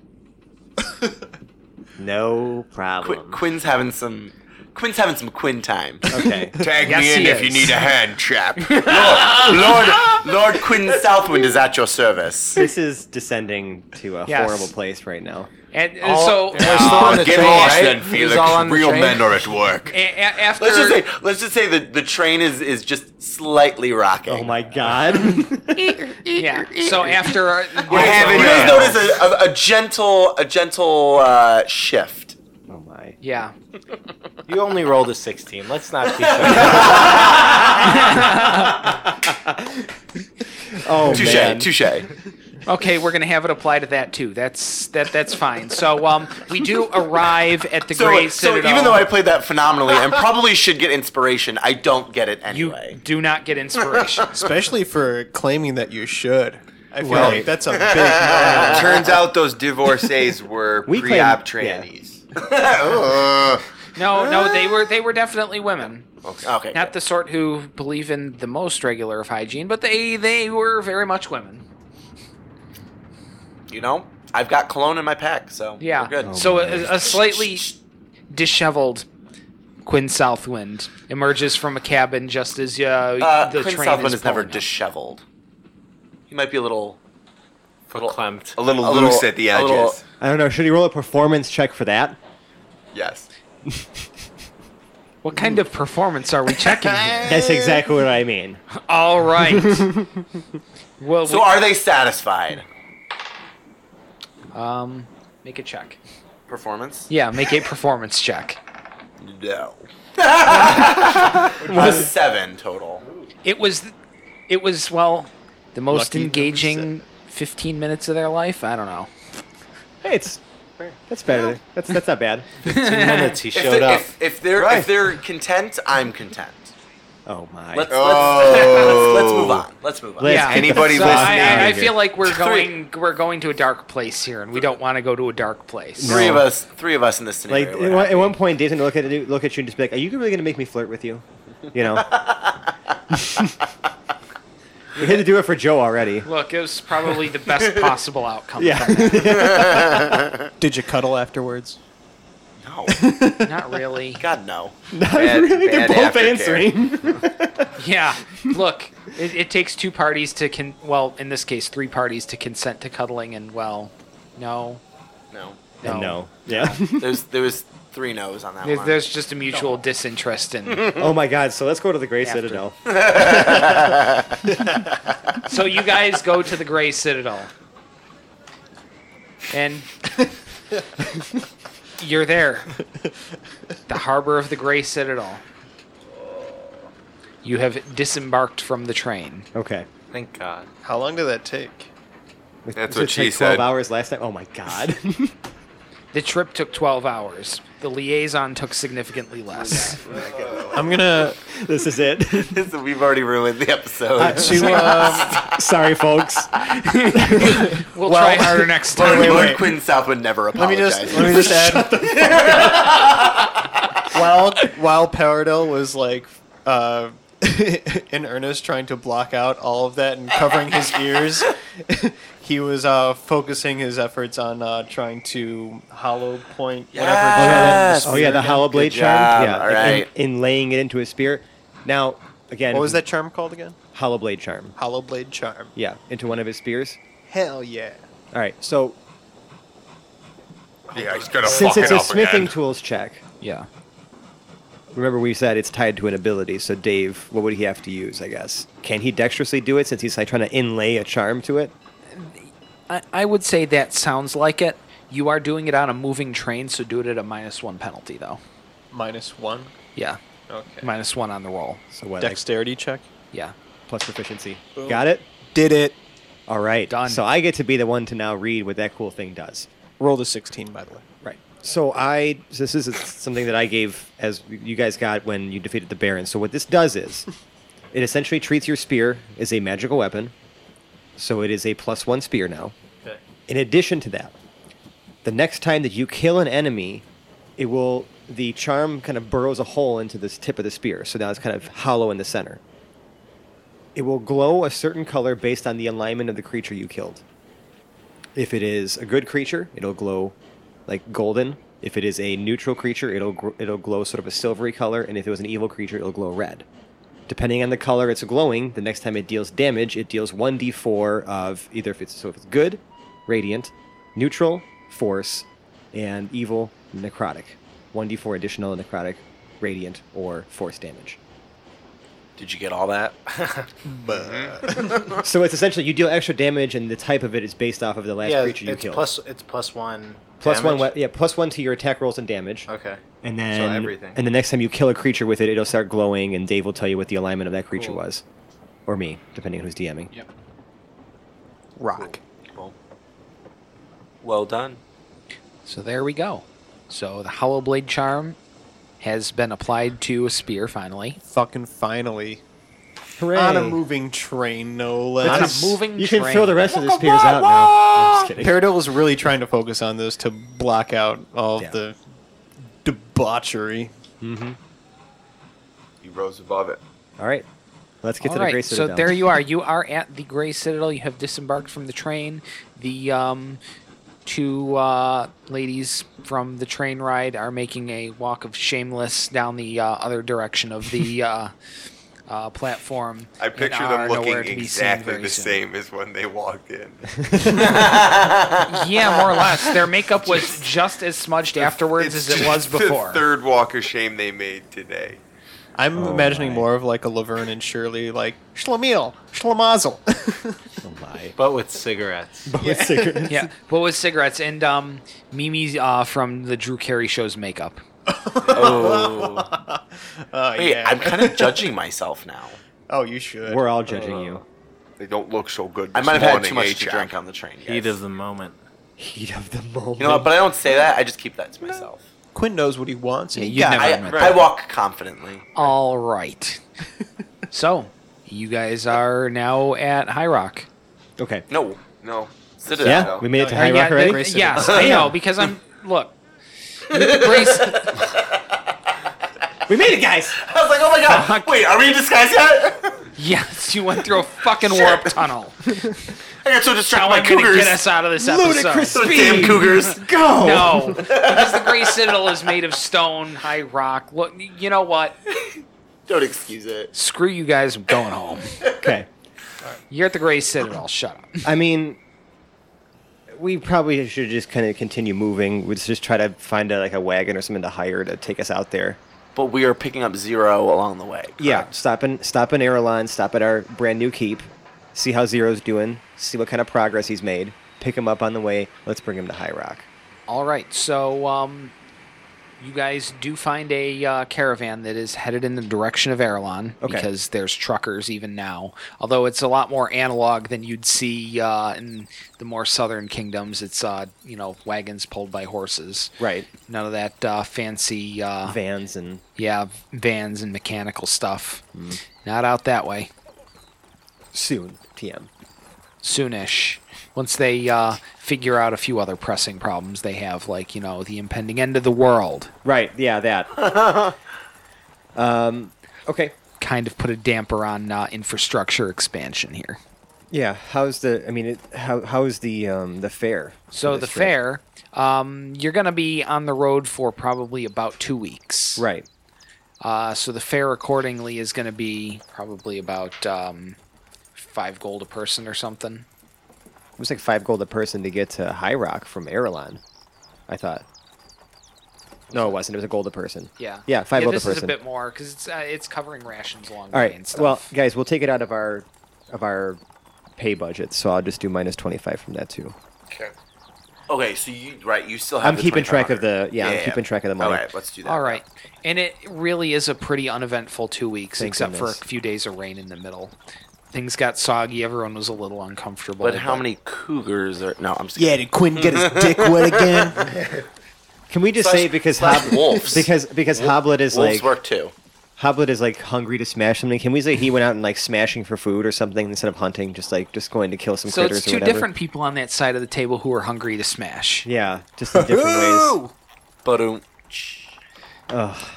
Speaker 2: No
Speaker 3: Qu-
Speaker 2: problem.
Speaker 3: Quinn's having some Quinn's having some Quinn time.
Speaker 2: Okay.
Speaker 7: Tag
Speaker 1: Yes,
Speaker 7: me in
Speaker 1: he
Speaker 7: if you
Speaker 1: is.
Speaker 7: need a hand, chap.
Speaker 3: Lord Lord Quinn Southwind is at your service.
Speaker 2: this is descending to a
Speaker 1: Yes.
Speaker 2: horrible place right now.
Speaker 1: And, and so
Speaker 3: Oh,
Speaker 7: Ah,
Speaker 6: the
Speaker 7: get
Speaker 6: train,
Speaker 7: lost
Speaker 6: right?
Speaker 7: then,
Speaker 6: It was
Speaker 7: Felix.
Speaker 6: all on the
Speaker 7: Real
Speaker 6: train.
Speaker 7: men are at work.
Speaker 1: a- a- after
Speaker 3: Let's just say let's just say that the train is is just slightly rocking.
Speaker 2: Oh my god.
Speaker 1: yeah. So after our,
Speaker 7: We're having
Speaker 3: You
Speaker 7: a-
Speaker 3: guys notice a, a, a gentle a gentle uh, shift.
Speaker 2: oh my.
Speaker 1: yeah.
Speaker 6: You only rolled a 16. Let's not be so.
Speaker 2: Oh
Speaker 3: Touche,
Speaker 2: man.
Speaker 3: touche.
Speaker 1: Okay, we're gonna have it apply to that too. That's that. That's fine. So um, we do arrive at the
Speaker 3: So,
Speaker 1: Great
Speaker 3: so
Speaker 1: Citadel.
Speaker 3: even though I played that phenomenally and probably should get inspiration, I don't get it
Speaker 1: you
Speaker 3: anyway.
Speaker 1: do not get inspiration.
Speaker 5: Especially for claiming that you should. I feel
Speaker 7: Well-
Speaker 5: like that's a big no.
Speaker 7: Turns out those divorcees were
Speaker 2: We claim-
Speaker 7: pre-op
Speaker 2: yeah.
Speaker 7: trannies. Ugh.
Speaker 1: No, no, they were they were definitely women.
Speaker 3: okay.
Speaker 1: Not the sort who believe in the most regular of hygiene, but they they were very much women.
Speaker 3: you know, I've got cologne in my pack, so
Speaker 1: Yeah.
Speaker 3: we're good.
Speaker 2: Oh
Speaker 1: so a, a slightly disheveled Quinn Southwind emerges from a cabin just as uh,
Speaker 3: uh,
Speaker 1: the
Speaker 3: Quinn
Speaker 1: train
Speaker 3: Southwind is,
Speaker 1: is
Speaker 3: never
Speaker 1: pulling up.
Speaker 3: disheveled. He might be a little,
Speaker 6: Clamped.
Speaker 7: A little
Speaker 3: A
Speaker 7: loose
Speaker 3: little-
Speaker 7: at the
Speaker 3: a
Speaker 7: edges.
Speaker 3: little-
Speaker 2: I don't know. Should he roll a performance check for that?
Speaker 7: Yes.
Speaker 1: What kind of performance are we checking here?
Speaker 2: That's exactly what I mean.
Speaker 1: All right. well,
Speaker 3: So are they satisfied?
Speaker 1: we- um, make a check.
Speaker 3: Performance?
Speaker 1: Yeah, make a performance check.
Speaker 3: No. Which was seven total.
Speaker 1: It was, it was well, the most
Speaker 5: Lucky number
Speaker 1: engaging fifteen minutes of their life. I don't know.
Speaker 2: Hey, it's that's better. That's that's not bad.
Speaker 6: 15 minutes he
Speaker 3: If,
Speaker 6: showed
Speaker 3: they-
Speaker 6: up.
Speaker 3: if, if they're
Speaker 2: Right.
Speaker 3: if they're content, I'm content.
Speaker 2: Oh my.
Speaker 3: Let's let's,
Speaker 7: Oh.
Speaker 3: let's let's move on. Let's move on.
Speaker 2: Let's
Speaker 1: yeah.
Speaker 2: get the
Speaker 7: Anybody
Speaker 1: so
Speaker 2: fuck
Speaker 1: I,
Speaker 2: outta
Speaker 1: I, I
Speaker 2: here.
Speaker 1: feel like we're going we're going to a dark place here, and we don't want to go to a dark place.
Speaker 3: Three
Speaker 2: No.
Speaker 3: of us, three of us in this
Speaker 2: like
Speaker 3: scenario.
Speaker 2: at
Speaker 3: would
Speaker 2: one,
Speaker 3: have-
Speaker 2: at one point, Dave's gonna look at you, look at you and just be like, "Are you really gonna make me flirt with you?" You know. we had to do it for Joe already.
Speaker 1: Look, it was probably the best possible outcome.
Speaker 2: Yeah.
Speaker 5: Did you cuddle afterwards?
Speaker 3: no,
Speaker 1: Not really.
Speaker 3: God no.
Speaker 7: Bad-
Speaker 2: They're
Speaker 7: bad
Speaker 2: both
Speaker 7: aftercare.
Speaker 2: answering.
Speaker 1: Yeah. Look, it, it takes two parties to con. Well, in this case, three parties to consent to cuddling, and well, No.
Speaker 3: No.
Speaker 1: No.
Speaker 2: And no. Yeah.
Speaker 3: There's there was three no's on that
Speaker 1: There's,
Speaker 3: one.
Speaker 1: there's just a mutual disinterest in.
Speaker 2: oh my god, so let's go to the Gray
Speaker 1: After.
Speaker 2: Citadel.
Speaker 1: so you guys go to the Gray Citadel, and you're there, the harbor of the Gray Citadel. You have disembarked from the train.
Speaker 2: Okay.
Speaker 6: Thank God.
Speaker 5: How long did that take?
Speaker 7: That's
Speaker 2: Did
Speaker 7: what
Speaker 2: it
Speaker 7: she
Speaker 2: take 12
Speaker 7: said.
Speaker 2: hours last time? Oh my god.
Speaker 1: The trip took 12 hours. The liaison took significantly less.
Speaker 5: I'm gonna
Speaker 2: this is it.
Speaker 3: We've already ruined the episode.
Speaker 5: to um,
Speaker 2: Sorry, folks.
Speaker 1: We'll, try harder next time.
Speaker 3: Lord Quinn Southwood never
Speaker 4: Let me just
Speaker 3: apologizes.
Speaker 4: let me just add. while while Paradel was like uh, in earnest trying to block out all of that and covering his ears, he was uh, focusing his efforts on uh, trying to hollow point
Speaker 3: Yes.
Speaker 4: whatever.
Speaker 3: Yes.
Speaker 2: Oh yeah, the hollow blade
Speaker 3: Good
Speaker 2: charm.
Speaker 3: job.
Speaker 2: Yeah,
Speaker 3: All
Speaker 2: like, in-
Speaker 3: right.
Speaker 2: in, laying it into a spear. Now, again,
Speaker 4: What was that charm called again?
Speaker 2: hollow blade charm?
Speaker 4: Hollow blade charm.
Speaker 2: Yeah, into one of his spears.
Speaker 4: Hell yeah!
Speaker 2: All right, so
Speaker 7: Yeah, he's gonna
Speaker 2: since
Speaker 7: fuck
Speaker 2: it's
Speaker 7: it
Speaker 2: a
Speaker 7: up
Speaker 2: smithing
Speaker 7: again.
Speaker 2: tools check,
Speaker 1: Yeah.
Speaker 2: remember we said it's tied to an ability. So Dave, what would he have to use? I guess can he dexterously do it since he's like trying to inlay a charm to it?
Speaker 1: I, I would say that sounds like it. You are doing it on a moving train, so do it at a minus one penalty, though.
Speaker 5: minus one.
Speaker 1: Yeah.
Speaker 5: Okay.
Speaker 1: Minus one on the roll.
Speaker 2: So what? like,
Speaker 5: Dexterity check.
Speaker 1: Yeah.
Speaker 2: plus proficiency. Got it.
Speaker 4: Did it.
Speaker 2: All right.
Speaker 1: Done.
Speaker 2: So I get to be the one to now read what that cool thing does.
Speaker 5: Roll the sixteen, by the way.
Speaker 2: Right. So I this is something that I gave as you guys got when you defeated the Baron. So what this does is it essentially treats your spear as a magical weapon. So it is a plus 1 spear now.
Speaker 5: Okay.
Speaker 2: In addition to that, the next time that you kill an enemy, it will the charm kind of burrows a hole into this tip of the spear. So now it's kind of hollow in the center. It will glow a certain color based on the alignment of the creature you killed. If it is a good creature, it'll glow like golden. If it is a neutral creature, it'll gr- it'll glow sort of a silvery color, and if it was an evil creature, it'll glow red. Depending on the color it's glowing, the next time it deals damage, it deals 1d4 of either if it's so if it's good, radiant, neutral, force, and evil, necrotic. 1d4 additional necrotic, radiant, or force damage.
Speaker 3: Did you get all that?
Speaker 2: So it's essentially you deal extra damage, and the type of it is based off of the last
Speaker 6: yeah,
Speaker 2: creature you
Speaker 6: it's
Speaker 2: killed.
Speaker 6: plus it's plus one.
Speaker 2: Plus one,
Speaker 6: damage?
Speaker 2: we- yeah, plus one to your attack rolls and damage.
Speaker 6: Okay.
Speaker 2: And then
Speaker 6: everything.
Speaker 2: And the next time you kill a creature with it, it'll start glowing, and Dave will tell you what the alignment of that creature
Speaker 6: Cool.
Speaker 2: was, or me, depending on who's DMing.
Speaker 1: Yep.
Speaker 4: Rock.
Speaker 3: Well, well done.
Speaker 1: So there we go. So the Hollow Blade Charm has been applied to a spear finally.
Speaker 5: Fucking finally.
Speaker 2: Hooray!
Speaker 5: On a moving train, no less.
Speaker 1: It's a moving
Speaker 2: you
Speaker 1: train.
Speaker 2: can throw the rest of the spears out now. I'm just kidding.
Speaker 5: Paradil was really trying to focus on this to block out all of
Speaker 2: Yeah.
Speaker 5: the debauchery.
Speaker 7: He rose above it.
Speaker 2: All right, let's get
Speaker 1: All
Speaker 2: to the
Speaker 1: right,
Speaker 2: Gray
Speaker 1: so
Speaker 2: Citadel.
Speaker 1: there you are. You are at the Gray Citadel. You have disembarked from the train. The um, two uh, ladies from the train ride are making a walk of shameless down the uh, other direction of the uh, uh, platform.
Speaker 7: I
Speaker 1: and
Speaker 7: picture
Speaker 1: are
Speaker 7: them looking
Speaker 1: nowhere to be seen
Speaker 7: exactly
Speaker 1: very
Speaker 7: the
Speaker 1: soon.
Speaker 7: same as when they walked in.
Speaker 1: Yeah, more or less. Their makeup was just as smudged afterwards as it
Speaker 7: just
Speaker 1: was
Speaker 7: The
Speaker 1: before.
Speaker 7: third walk of shame they made today.
Speaker 5: I'm imagining more of like a Laverne and Shirley, like Schlemiel, Schlemazel. Uh,
Speaker 2: oh my!
Speaker 6: But with cigarettes.
Speaker 1: Yeah, but with cigarettes and um, Mimi uh, from the Drew Carey show's makeup.
Speaker 3: Oh.
Speaker 5: Uh,
Speaker 3: Wait,
Speaker 5: yeah.
Speaker 3: I'm kind of judging myself now.
Speaker 5: oh, you should.
Speaker 2: We're all judging you.
Speaker 7: They don't look so good.
Speaker 3: I
Speaker 7: this
Speaker 3: might have had
Speaker 7: morning,
Speaker 3: too much
Speaker 7: eh,
Speaker 3: to
Speaker 7: Jack?
Speaker 3: drink on the train.
Speaker 6: Heat
Speaker 3: guys.
Speaker 6: of the moment.
Speaker 2: Heat of the moment.
Speaker 3: You know what? But I don't say that. I just keep that to myself.
Speaker 5: Quinn knows what he wants. and
Speaker 1: Yeah,
Speaker 5: he
Speaker 1: you've
Speaker 5: got
Speaker 1: never
Speaker 5: it.
Speaker 3: I,
Speaker 6: Right.
Speaker 3: I walk confidently.
Speaker 1: All right. so, you guys are now at High Rock.
Speaker 2: okay.
Speaker 3: No.
Speaker 7: No.
Speaker 3: Sit
Speaker 2: Yeah,
Speaker 3: down.
Speaker 2: we made it to
Speaker 1: Uh,
Speaker 2: High
Speaker 1: yeah,
Speaker 2: Rock
Speaker 1: the-
Speaker 2: already.
Speaker 1: yes, I know because I'm look. Grace,
Speaker 2: We made it, guys.
Speaker 3: I was like, oh my god. Wait, are we in disguise yet?
Speaker 1: yes, you went through a fucking warp tunnel.
Speaker 3: I got so distracted
Speaker 1: How
Speaker 3: by
Speaker 1: am I going to
Speaker 3: cougars.
Speaker 1: get us out of this episode?
Speaker 2: Ludicrous
Speaker 3: Those
Speaker 2: speed.
Speaker 3: damn cougars.
Speaker 2: Go.
Speaker 1: No, because the Gray Citadel is made of stone, high rock. Look, you know what?
Speaker 3: Don't excuse it.
Speaker 1: Screw you guys. I'm going home.
Speaker 2: Okay.
Speaker 1: You're at the Gray Citadel. Shut up.
Speaker 2: I mean, we probably should just kind of continue moving. Let's just try to find a, like a wagon or something to hire to take us out there.
Speaker 3: But we are picking up zero along the way.
Speaker 2: Yeah, stop in stop in Airline, stop at our brand new keep, see how Zero's doing, see what kind of progress he's made, pick him up on the way. Let's bring him to High Rock.
Speaker 1: All right, so um, you guys do find a uh, caravan that is headed in the direction of Aralon
Speaker 2: Okay.
Speaker 1: because there's truckers even now. Although it's a lot more analog than you'd see uh, in the more southern kingdoms. It's uh, you know wagons pulled by horses.
Speaker 2: Right,
Speaker 1: None of that uh, fancy uh,
Speaker 2: vans and
Speaker 1: yeah vans and mechanical stuff.
Speaker 2: Mm-hmm.
Speaker 1: Not out that way.
Speaker 2: soon TM.
Speaker 1: soonish once they uh, figure out a few other pressing problems they have, like you know the impending end of the world,
Speaker 2: Right, yeah, that. um, okay.
Speaker 1: kind of put a damper on uh, infrastructure expansion here.
Speaker 2: Yeah, how's the? I mean, it, how how's the um the fare?
Speaker 1: So
Speaker 2: for
Speaker 1: the
Speaker 2: this trip?
Speaker 1: fair, um, you're going to be on the road for probably about two weeks,
Speaker 2: Right.
Speaker 1: Uh, so the fare accordingly is going to be probably about um, five gold a person or something.
Speaker 2: It was like five gold a person to get to High Rock from Aerolon, I thought. No, it wasn't. It was a gold a person.
Speaker 1: Yeah,
Speaker 2: Yeah, five gold a
Speaker 1: This is a
Speaker 2: person.
Speaker 1: bit more because it's uh, it's covering rations along
Speaker 2: All
Speaker 1: the way and
Speaker 2: right.
Speaker 1: stuff.
Speaker 2: Well, guys, we'll take it out of our of our pay budget, so I'll just do minus twenty five from that too.
Speaker 7: Okay.
Speaker 3: Okay, so you right, you still have.
Speaker 2: I'm
Speaker 3: the
Speaker 2: keeping track of
Speaker 3: 2500.
Speaker 2: the yeah, I'm keeping track of the
Speaker 3: All
Speaker 2: money.
Speaker 3: right, let's do that.
Speaker 1: All right. And it really is a pretty uneventful two weeks,
Speaker 2: Thank
Speaker 1: except
Speaker 2: goodness.
Speaker 1: for a few days of rain in the middle. Things got soggy. Everyone was a little uncomfortable.
Speaker 3: But how many cougars are? No, I'm just
Speaker 5: Yeah, did Quinn get his dick wet again?
Speaker 2: Can we just
Speaker 3: Slash-
Speaker 2: say because
Speaker 3: slash
Speaker 2: Hob-
Speaker 3: wolves.
Speaker 2: because because Hoblet is
Speaker 3: Wolves
Speaker 2: like
Speaker 3: work too.
Speaker 2: Hoblet is like hungry to smash something. Can we say he went out and like smashing for food or something instead of hunting, just like just going to kill some
Speaker 1: So
Speaker 2: critters
Speaker 1: it's
Speaker 2: or
Speaker 1: two
Speaker 2: whatever?
Speaker 1: different people on that side of the table who are hungry to smash.
Speaker 2: Yeah, just in different ways.
Speaker 3: But um,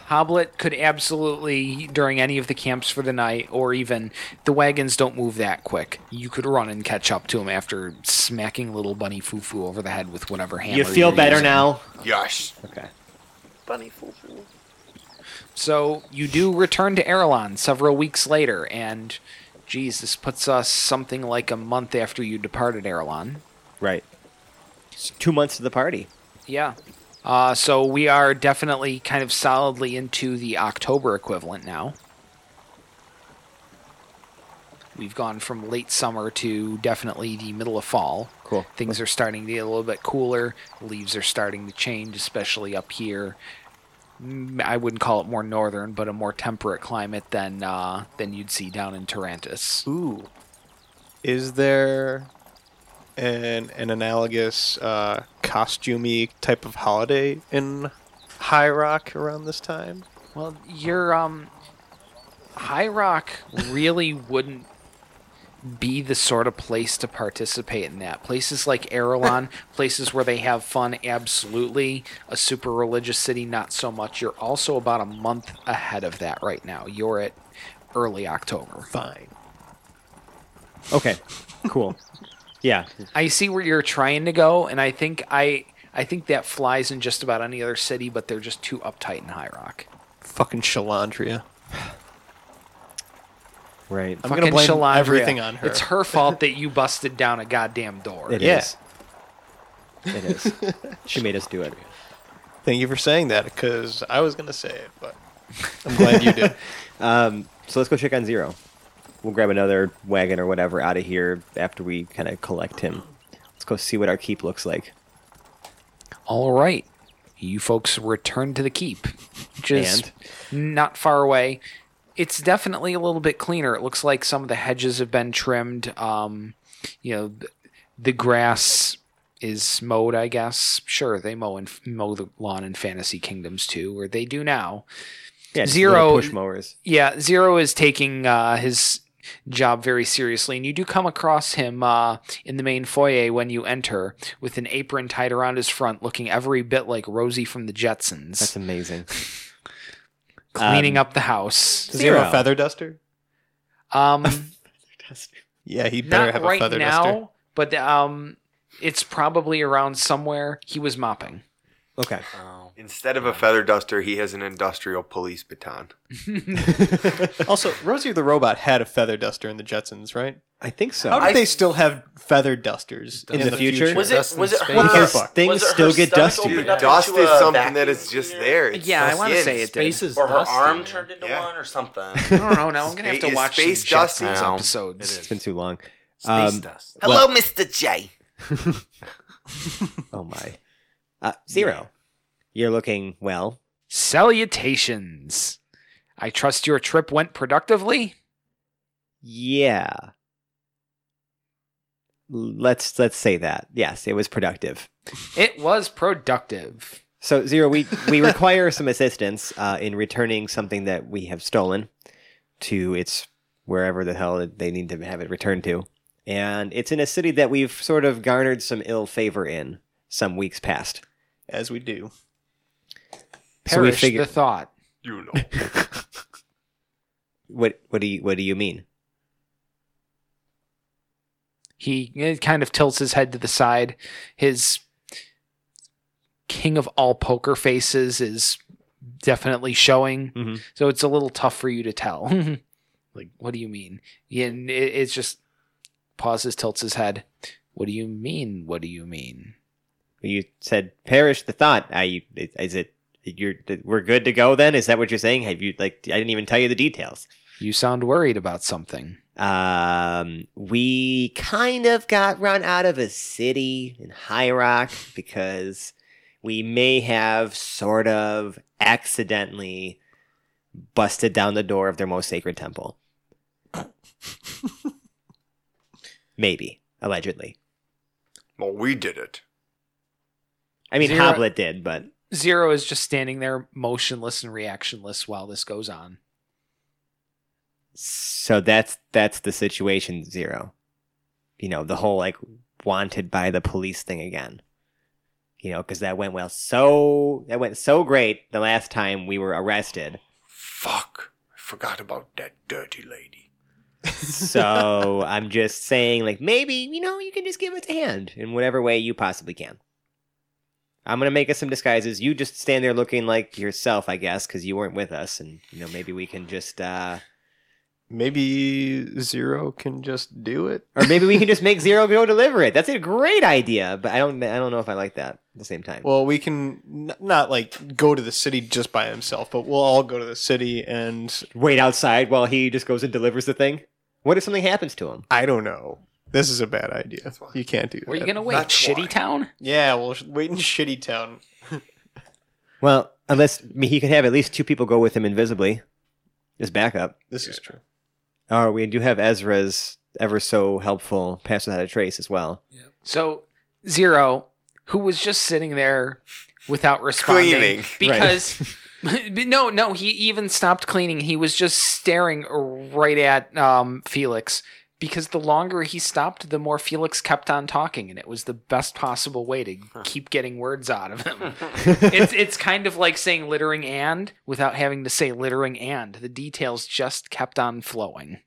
Speaker 1: Hoblet could absolutely, during any of the camps for the night, or even the wagons don't move that quick. You could run and catch up to him after smacking little bunny foo foo over the head with whatever hammer.
Speaker 2: You feel
Speaker 1: you're
Speaker 2: better
Speaker 1: using.
Speaker 2: now?
Speaker 7: Yes.
Speaker 2: Okay.
Speaker 3: bunny fool.
Speaker 1: So you do return to Aralon several weeks later, and geez, this puts us something like a month after you departed Aralon.
Speaker 2: Right. It's two months to the party.
Speaker 1: Yeah. Uh, so we are definitely kind of solidly into the October equivalent now. We've gone from late summer to definitely the middle of fall.
Speaker 2: Cool.
Speaker 1: Things are starting to get a little bit cooler. Leaves are starting to change, especially up here. Mm, I wouldn't call it more northern, but a more temperate climate than uh, than you'd see down in Tarantus.
Speaker 5: Ooh.
Speaker 4: Is there an an analogous uh, costumey type of holiday in High Rock around this time?
Speaker 1: Well, your um, High Rock really wouldn't be the sort of place to participate in that. Places like Aralon, places where they have fun, absolutely. A super religious city, not so much. You're also about a month ahead of that right now. You're at early October.
Speaker 5: Fine.
Speaker 2: Okay. Cool. yeah.
Speaker 1: I see where you're trying to go, and I think I. I think that flies in just about any other city, but they're just too uptight in High Rock.
Speaker 5: Fucking Shalandria.
Speaker 2: Right.
Speaker 5: I'm gonna
Speaker 1: Fucking
Speaker 5: blame
Speaker 1: Shalandria.
Speaker 5: everything on her.
Speaker 1: It's her fault that you busted down a goddamn door.
Speaker 2: It
Speaker 5: Yeah.
Speaker 2: is. It is. she made us do it.
Speaker 5: Thank you for saying that, because I was gonna say it, but I'm glad you did.
Speaker 2: So let's go check on Zero. We'll grab another wagon or whatever out of here after we kind of collect him. Let's go see what our keep looks like.
Speaker 1: All right. You folks return to the keep, which is
Speaker 2: And?
Speaker 1: not far away. It's definitely a little bit cleaner. It looks like some of the hedges have been trimmed. Um, you know, th- the grass is mowed, I guess. Sure, they mow and mow the lawn in Fantasy Kingdoms too, or they do now.
Speaker 2: Yeah, just little
Speaker 1: Zero-
Speaker 2: push mowers.
Speaker 1: Yeah, Zero is taking uh, his job very seriously, and you do come across him uh, in the main foyer when you enter, with an apron tied around his front, looking every bit like Rosie from the Jetsons,
Speaker 2: That's amazing.
Speaker 1: cleaning
Speaker 2: um,
Speaker 1: up the house.
Speaker 5: Zero
Speaker 2: Zero.
Speaker 5: feather duster.
Speaker 1: Um,
Speaker 5: Yeah, he better
Speaker 1: not
Speaker 5: have a
Speaker 1: right
Speaker 5: feather
Speaker 1: now,
Speaker 5: duster.
Speaker 1: but um, it's probably around somewhere. He was mopping.
Speaker 2: Okay.
Speaker 3: Oh.
Speaker 7: Instead of a feather duster, he has an industrial police baton.
Speaker 4: Also, Rosie the robot had a feather duster in the Jetsons, right?
Speaker 2: I think so.
Speaker 4: How do
Speaker 3: I-
Speaker 4: they still have feather dusters in,
Speaker 2: In the future?
Speaker 3: Was it?
Speaker 5: Dust in
Speaker 3: Was it?
Speaker 5: space.
Speaker 3: Her,
Speaker 2: Because
Speaker 3: was
Speaker 2: things
Speaker 3: it her
Speaker 2: still get
Speaker 3: stomach
Speaker 2: dusty.
Speaker 3: opened
Speaker 7: Dude,
Speaker 3: up
Speaker 7: dust
Speaker 3: Oh, into
Speaker 7: is
Speaker 3: a
Speaker 7: something that
Speaker 3: vacuum
Speaker 7: is just
Speaker 3: cleaner?
Speaker 7: there. It's
Speaker 1: Yeah, I
Speaker 7: just
Speaker 1: wanna
Speaker 7: in.
Speaker 1: say it did.
Speaker 6: Space is
Speaker 3: Or her
Speaker 6: dusty.
Speaker 3: arm turned into
Speaker 7: Yeah.
Speaker 3: one or something.
Speaker 1: I don't know. Now I'm gonna have
Speaker 7: Space-
Speaker 1: to watch
Speaker 7: space
Speaker 1: space
Speaker 7: dust
Speaker 1: Jetsons
Speaker 7: now.
Speaker 1: episodes.
Speaker 2: It's been too long.
Speaker 3: Space
Speaker 2: Um,
Speaker 3: dust.
Speaker 2: well-
Speaker 3: Hello, Mr. J.
Speaker 2: Oh my. Uh, zero. You're looking well.
Speaker 1: Salutations. I trust your trip went productively.
Speaker 2: Yeah. Let's let's say that. Yes, it was productive.
Speaker 1: It was productive.
Speaker 2: So zero, we we require some assistance uh, in returning something that we have stolen to its wherever the hell that they need to have it returned to, and it's in a city that we've sort of garnered some ill favor in some weeks past.
Speaker 4: As we do.
Speaker 2: So we
Speaker 1: Perish
Speaker 2: figure
Speaker 1: the thought.
Speaker 7: You know.
Speaker 2: what what do you what do you mean?
Speaker 1: He eh, kind of tilts his head to the side. His king of all poker faces is definitely showing.
Speaker 2: Mhm.
Speaker 1: So it's a little tough for you to tell. like, what do you mean? And it, it's just pauses, tilts his head. What do you mean? What do you mean?
Speaker 2: You said perish the thought. Are you, is it you're we're good to go then? Is that what you're saying? Have you like I didn't even tell you the details.
Speaker 1: You sound worried about something.
Speaker 2: Um, we kind of got run out of a city in High Rock because we may have sort of accidentally busted down the door of their most sacred temple. Maybe, allegedly.
Speaker 7: well, we did it.
Speaker 2: I mean,
Speaker 1: Zero-
Speaker 2: Hoblet did, but
Speaker 1: Zero is just standing there motionless and reactionless while this goes on.
Speaker 2: so that's that's the situation zero you know the whole like wanted by the police thing again you know because that went well so that went so great the last time we were arrested
Speaker 7: Fuck. I forgot about that dirty lady.
Speaker 2: so i'm just saying like maybe you know you can just give us a hand in whatever way you possibly can i'm gonna make us some disguises you just stand there looking like yourself i guess because you weren't with us and you know maybe we can just uh
Speaker 4: Maybe Zero can just do it.
Speaker 2: or maybe we can just make Zero go deliver it. That's a great idea, but I don't I don't know if I like that at the same time.
Speaker 4: Well, we can n- not like go to the city just by himself, but we'll all go to the city and
Speaker 2: Wait outside while he just goes and delivers the thing. What if something happens to him?
Speaker 4: I don't know. This is a bad idea.
Speaker 7: why.
Speaker 4: You can't do that.
Speaker 1: Where are
Speaker 5: Uh,
Speaker 1: you gonna wait?
Speaker 7: That's
Speaker 1: Shitty
Speaker 7: why.
Speaker 1: Town?
Speaker 4: yeah, we'll sh- wait in Shitty Town.
Speaker 2: Well, unless I mean, he can have at least two people go with him invisibly as backup.
Speaker 4: This is true.
Speaker 2: Or we do have Ezra's ever so helpful pass without a trace as well.
Speaker 1: So Zero, who was just sitting there without responding
Speaker 7: Cleaning,
Speaker 1: because but no, no, he even stopped cleaning. He was just staring right at um, Felix because the longer he stopped, the more Felix kept on talking, and it was the best possible way to keep getting words out of him. it's it's kind of like saying littering and without having to say littering and. The details just kept on flowing.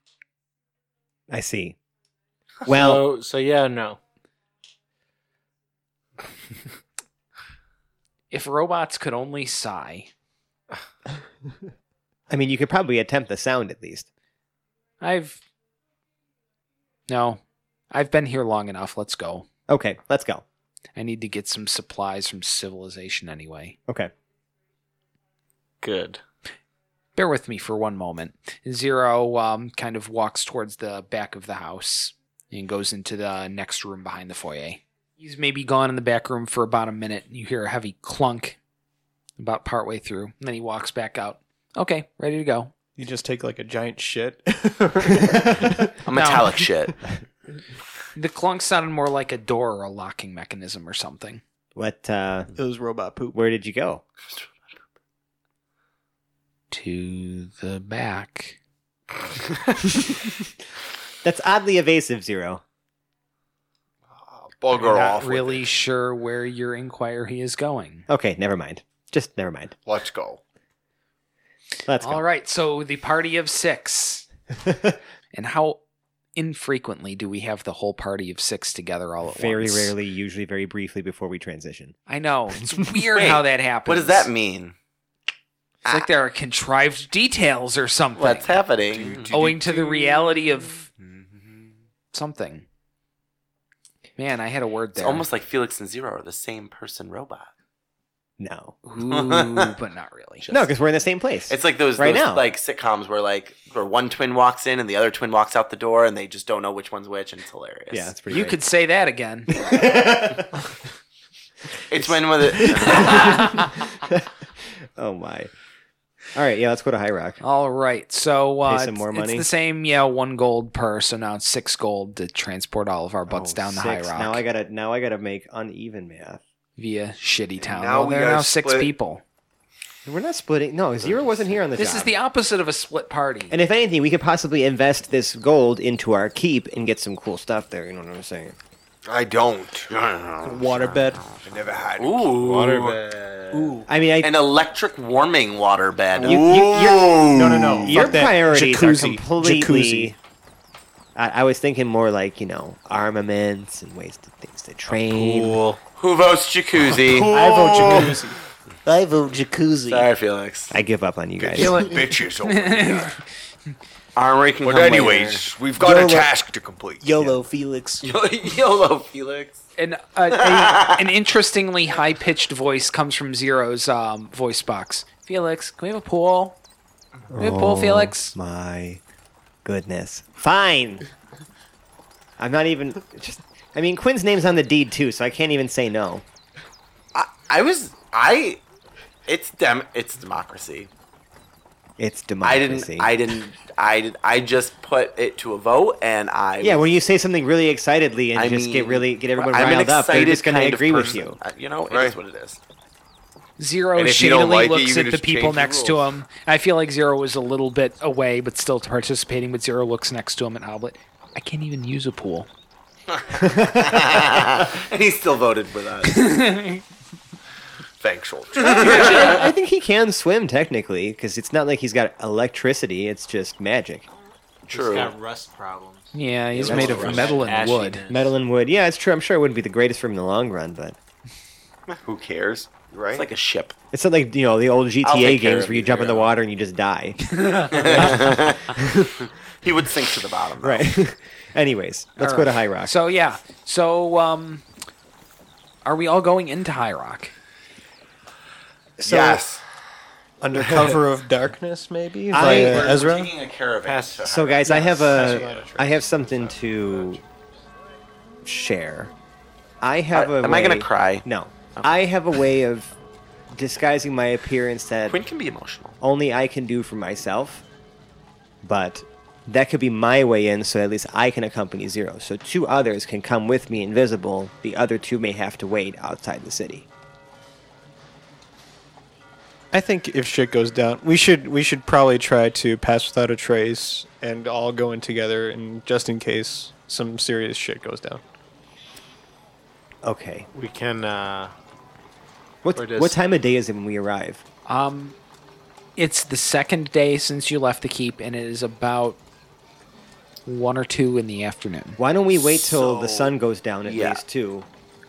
Speaker 2: I see. Well,
Speaker 6: so, so yeah, no.
Speaker 1: If robots could only sigh.
Speaker 2: I mean, you could probably attempt the sound at least.
Speaker 1: I've No. I've been here long enough. Let's go.
Speaker 2: Okay, let's go.
Speaker 1: I need to get some supplies from civilization anyway.
Speaker 2: Okay.
Speaker 6: Good.
Speaker 1: Bear with me for one moment. Zero um, kind of walks towards the back of the house and goes into the next room behind the foyer. He's maybe gone in the back room for about a minute. You hear a heavy clunk about partway through. And then he walks back out. Okay, ready to go.
Speaker 4: You just take like a giant shit.
Speaker 3: A metallic shit.
Speaker 1: The clunk sounded more like a door or a locking mechanism or something.
Speaker 2: What uh
Speaker 4: it was robot poop.
Speaker 2: where did you go?
Speaker 1: To the back.
Speaker 2: That's oddly evasive, Zero.
Speaker 3: Oh,
Speaker 7: Uh, bugger
Speaker 1: not
Speaker 7: off. with
Speaker 1: really
Speaker 7: it.
Speaker 1: sure where your inquiry is going.
Speaker 2: Okay, never mind. Just never mind.
Speaker 7: Let's go.
Speaker 2: Let's go.
Speaker 1: All right, so the party of six. and how infrequently do we have the whole party of six together all at
Speaker 2: Very
Speaker 1: once.
Speaker 2: rarely, usually very briefly before we transition.
Speaker 1: I know. It's weird
Speaker 3: Wait,
Speaker 1: how that happens.
Speaker 3: What does that mean?
Speaker 1: It's like there are contrived details or something.
Speaker 3: What's happening?
Speaker 1: owing to the reality of
Speaker 3: Mm-hmm.
Speaker 1: something. Man, I had a word
Speaker 3: It's
Speaker 1: there.
Speaker 3: almost like Felix and Zero are the same person robot.
Speaker 2: No.
Speaker 1: Ooh, but not really.
Speaker 2: No, because we're in the same place.
Speaker 3: It's like those,
Speaker 2: Right
Speaker 3: those,
Speaker 2: now.
Speaker 3: like sitcoms where like where one twin walks in and the other twin walks out the door and they just don't know which one's which and it's hilarious.
Speaker 2: yeah, it's pretty
Speaker 1: You
Speaker 2: great.
Speaker 1: could say that again.
Speaker 3: It's when with it
Speaker 2: oh, my. All right, yeah, let's go to High Rock.
Speaker 1: All right. So uh,
Speaker 2: Pay some
Speaker 1: it's-
Speaker 2: more money?
Speaker 1: it's the same, yeah, one gold per. So now it's six gold to transport all of our butts
Speaker 2: Oh,
Speaker 1: down the high
Speaker 2: six.
Speaker 1: rock
Speaker 2: Now I gotta now I gotta make uneven math.
Speaker 1: via Shitty Town.
Speaker 7: now
Speaker 1: Well,
Speaker 7: we
Speaker 1: there are
Speaker 7: are
Speaker 1: now six
Speaker 7: split.
Speaker 1: people.
Speaker 2: We're not splitting. No, zero wasn't here on the
Speaker 1: This is
Speaker 2: job.
Speaker 1: the opposite of a split party.
Speaker 2: And if anything, we could possibly invest this gold into our keep and get some cool stuff there. You know what I'm saying?
Speaker 7: I don't. I
Speaker 5: Waterbed.
Speaker 7: never had.
Speaker 3: Ooh.
Speaker 2: I mean, I,
Speaker 3: an electric warming waterbed.
Speaker 2: You- you- you're-
Speaker 5: No, no, no.
Speaker 2: your
Speaker 5: Fuck that.
Speaker 2: priorities are
Speaker 5: Jacuzzi.
Speaker 2: completely.
Speaker 5: Jacuzzi.
Speaker 2: I, I was thinking more like you know armaments and ways to things to train.
Speaker 5: Cool.
Speaker 3: Who votes jacuzzi?
Speaker 5: I vote jacuzzi.
Speaker 2: I vote jacuzzi.
Speaker 3: Sorry, Felix.
Speaker 2: I give up on you guys.
Speaker 7: Bitches over here.
Speaker 3: Armory can
Speaker 7: But
Speaker 3: come later.
Speaker 7: anyways, we've got a
Speaker 2: Yolo.
Speaker 7: task to complete.
Speaker 5: YOLO Felix.
Speaker 3: YOLO, Felix.
Speaker 1: And uh, a, an interestingly high pitched voice comes from Zero's um, voice box. Felix, can we have a pool? Can we have a pool, Felix?
Speaker 2: Oh My goodness. Fine. I'm not even. Just. I mean, Quinn's name's on the deed too, so I can't even say no.
Speaker 3: I was I. It's dem. It's democracy.
Speaker 2: It's
Speaker 3: I
Speaker 2: democracy.
Speaker 3: didn't. I didn't. I did. I just put it to a vote, and I.
Speaker 2: Yeah, when you say something really excitedly and
Speaker 3: I
Speaker 2: just get
Speaker 3: mean,
Speaker 2: really get everyone
Speaker 3: I'm an
Speaker 2: riled up, they're
Speaker 3: excited
Speaker 2: just going to
Speaker 3: kind of
Speaker 2: agree with
Speaker 3: person.
Speaker 2: you.
Speaker 3: Uh, You know, it is
Speaker 7: Right.
Speaker 3: what it is.
Speaker 1: Zero
Speaker 7: And if you
Speaker 1: shadily
Speaker 7: don't like it, you
Speaker 1: looks
Speaker 7: can
Speaker 1: at the
Speaker 7: just
Speaker 1: people
Speaker 7: change the
Speaker 1: next to
Speaker 7: rules.
Speaker 1: him. I feel like Zero was a little bit away, but still participating. But Zero looks next to him at Hoblet. I can't even use a pool.
Speaker 3: and he still voted with us.
Speaker 7: Thanks, old chap.
Speaker 2: I think he can swim technically because it's not like he's got electricity; it's just magic,
Speaker 3: True.
Speaker 6: He's got rust problems.
Speaker 1: Yeah, he's
Speaker 2: that's
Speaker 1: made of
Speaker 2: gross.
Speaker 1: metal and
Speaker 6: Ashy
Speaker 1: wood.
Speaker 6: man.
Speaker 2: metal and wood. Yeah, it's true. I'm sure it wouldn't be the greatest for him in the long run, but
Speaker 3: Who cares?
Speaker 7: Right?
Speaker 3: It's like a ship.
Speaker 2: it's not like you know the old GTA
Speaker 3: take care
Speaker 2: games
Speaker 3: of
Speaker 2: where you
Speaker 3: you,
Speaker 2: jump in the
Speaker 7: yeah.
Speaker 2: water and you just die.
Speaker 3: He would sink to the bottom. though.
Speaker 2: right. Anyways, let's go to High Rock.
Speaker 1: So yeah, so um, are we all going into High Rock?
Speaker 4: So,
Speaker 7: yes.
Speaker 4: Under cover of darkness, maybe?
Speaker 2: I-
Speaker 4: by, uh,
Speaker 3: We're
Speaker 4: Ezra?
Speaker 3: taking a caravan. to-
Speaker 2: So guys, I have
Speaker 4: a lot
Speaker 2: a
Speaker 4: of
Speaker 2: I have something to share. I have
Speaker 3: Uh,
Speaker 2: a.
Speaker 3: am I gonna
Speaker 2: way-
Speaker 3: cry?
Speaker 2: No. I have a way of disguising my appearance that
Speaker 3: Quinn can be emotional.
Speaker 2: only I can do for myself. But that could be my way in, so at least I can accompany Zero. So two others can come with me invisible. The other two may have to wait outside the city.
Speaker 5: I think if shit goes down, we should we should probably try to pass without a trace and all go in together, and just in case some serious shit goes down.
Speaker 2: Okay.
Speaker 6: We can. uh...
Speaker 2: What,
Speaker 6: Or does-
Speaker 2: what time of day is it when we arrive?
Speaker 1: Um, it's the second day since you left the keep, and it is about one or two in the afternoon.
Speaker 2: Why don't we wait till the
Speaker 3: So-
Speaker 2: sun goes down at
Speaker 3: yeah.
Speaker 2: least too?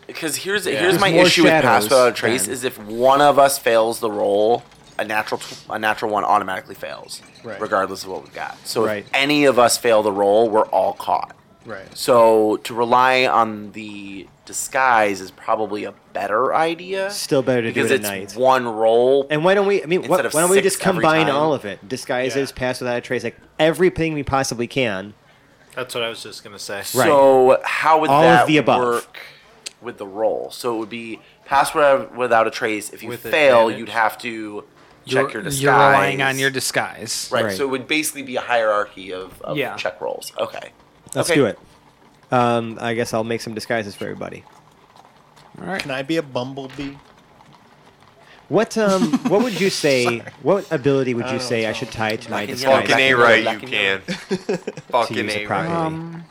Speaker 3: Because here's here's
Speaker 2: There's
Speaker 3: my
Speaker 2: more
Speaker 3: issue with Pass
Speaker 2: shadows
Speaker 3: Without a Trace
Speaker 2: then.
Speaker 3: is if one of us fails the roll, a natural t- a natural one automatically fails,
Speaker 5: Right.
Speaker 3: regardless of what we got. So
Speaker 2: Right.
Speaker 3: if any of us fail the roll, we're all caught.
Speaker 5: Right.
Speaker 3: So to rely on the disguise is probably a better idea.
Speaker 2: Still better to do
Speaker 3: because
Speaker 2: it at
Speaker 3: it's
Speaker 2: night.
Speaker 3: one roll.
Speaker 2: And why don't we? I mean, why,
Speaker 3: Instead of
Speaker 2: why don't we
Speaker 3: six
Speaker 2: just
Speaker 3: every
Speaker 2: combine
Speaker 3: time.
Speaker 2: all of it? Disguises, pass without a trace, like everything we possibly can.
Speaker 6: That's what I was just gonna say.
Speaker 2: Right.
Speaker 3: So how would
Speaker 2: All of
Speaker 3: that
Speaker 2: the above.
Speaker 3: work with the roll? So it would be Pass Without Without a Trace. If you
Speaker 6: With
Speaker 3: fail,
Speaker 6: advantage?
Speaker 3: you'd have to.
Speaker 1: You're-
Speaker 3: Check your disguise.
Speaker 1: You're relying on your disguise.
Speaker 3: Right.
Speaker 2: Right.
Speaker 3: So it would basically be a hierarchy of, of
Speaker 1: Yeah.
Speaker 3: check rolls. Okay.
Speaker 2: Let's
Speaker 3: Okay.
Speaker 2: do it. Um, I guess I'll make some disguises for everybody.
Speaker 1: All right.
Speaker 5: Can I be a bumblebee?
Speaker 2: What um, what would you say? What ability would you
Speaker 5: don't
Speaker 2: say I
Speaker 5: know.
Speaker 2: should tie to my
Speaker 3: Fucking
Speaker 2: disguise
Speaker 7: Fucking
Speaker 3: Black
Speaker 7: A
Speaker 3: and yellow,
Speaker 7: right,
Speaker 3: black
Speaker 7: you
Speaker 3: and
Speaker 7: can.
Speaker 2: to
Speaker 7: Fucking
Speaker 2: use
Speaker 7: A
Speaker 2: it
Speaker 7: right.
Speaker 2: properly?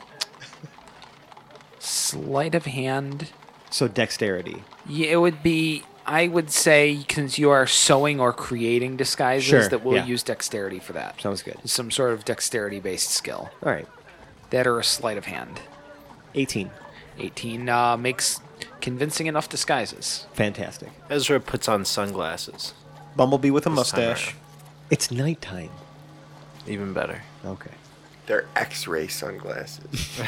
Speaker 1: Sleight of hand.
Speaker 2: so dexterity.
Speaker 1: Yeah, it would be. I would say since you are sewing or creating disguises,
Speaker 2: Sure,
Speaker 1: that we'll
Speaker 2: yeah.
Speaker 1: use dexterity for that.
Speaker 2: Sounds good.
Speaker 1: Some sort of dexterity-based skill.
Speaker 2: All right.
Speaker 1: That or a sleight of hand.
Speaker 2: 18.
Speaker 1: 18 uh, makes convincing enough disguises.
Speaker 2: Fantastic.
Speaker 6: Ezra puts on sunglasses.
Speaker 5: Bumblebee with a
Speaker 6: This time
Speaker 5: mustache.
Speaker 2: It's nighttime.
Speaker 6: Even better.
Speaker 2: Okay.
Speaker 7: They're X-ray sunglasses.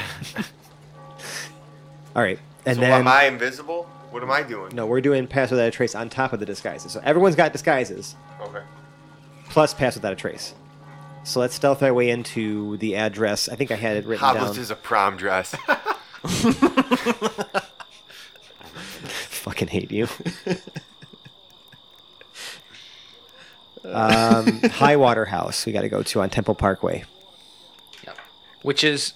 Speaker 2: All right. And
Speaker 7: so
Speaker 2: then
Speaker 7: am I invisible? What am I doing?
Speaker 2: no, we're doing pass without a trace on top of the disguises. So everyone's got disguises
Speaker 7: Okay.
Speaker 2: plus pass without a trace. So let's stealth our way into the address. I think I had it written
Speaker 7: Hobbles
Speaker 2: down.
Speaker 7: is a prom dress.
Speaker 2: Fucking hate you. um, High Water House. We got to go to on Temple Parkway.
Speaker 1: Yep. Which is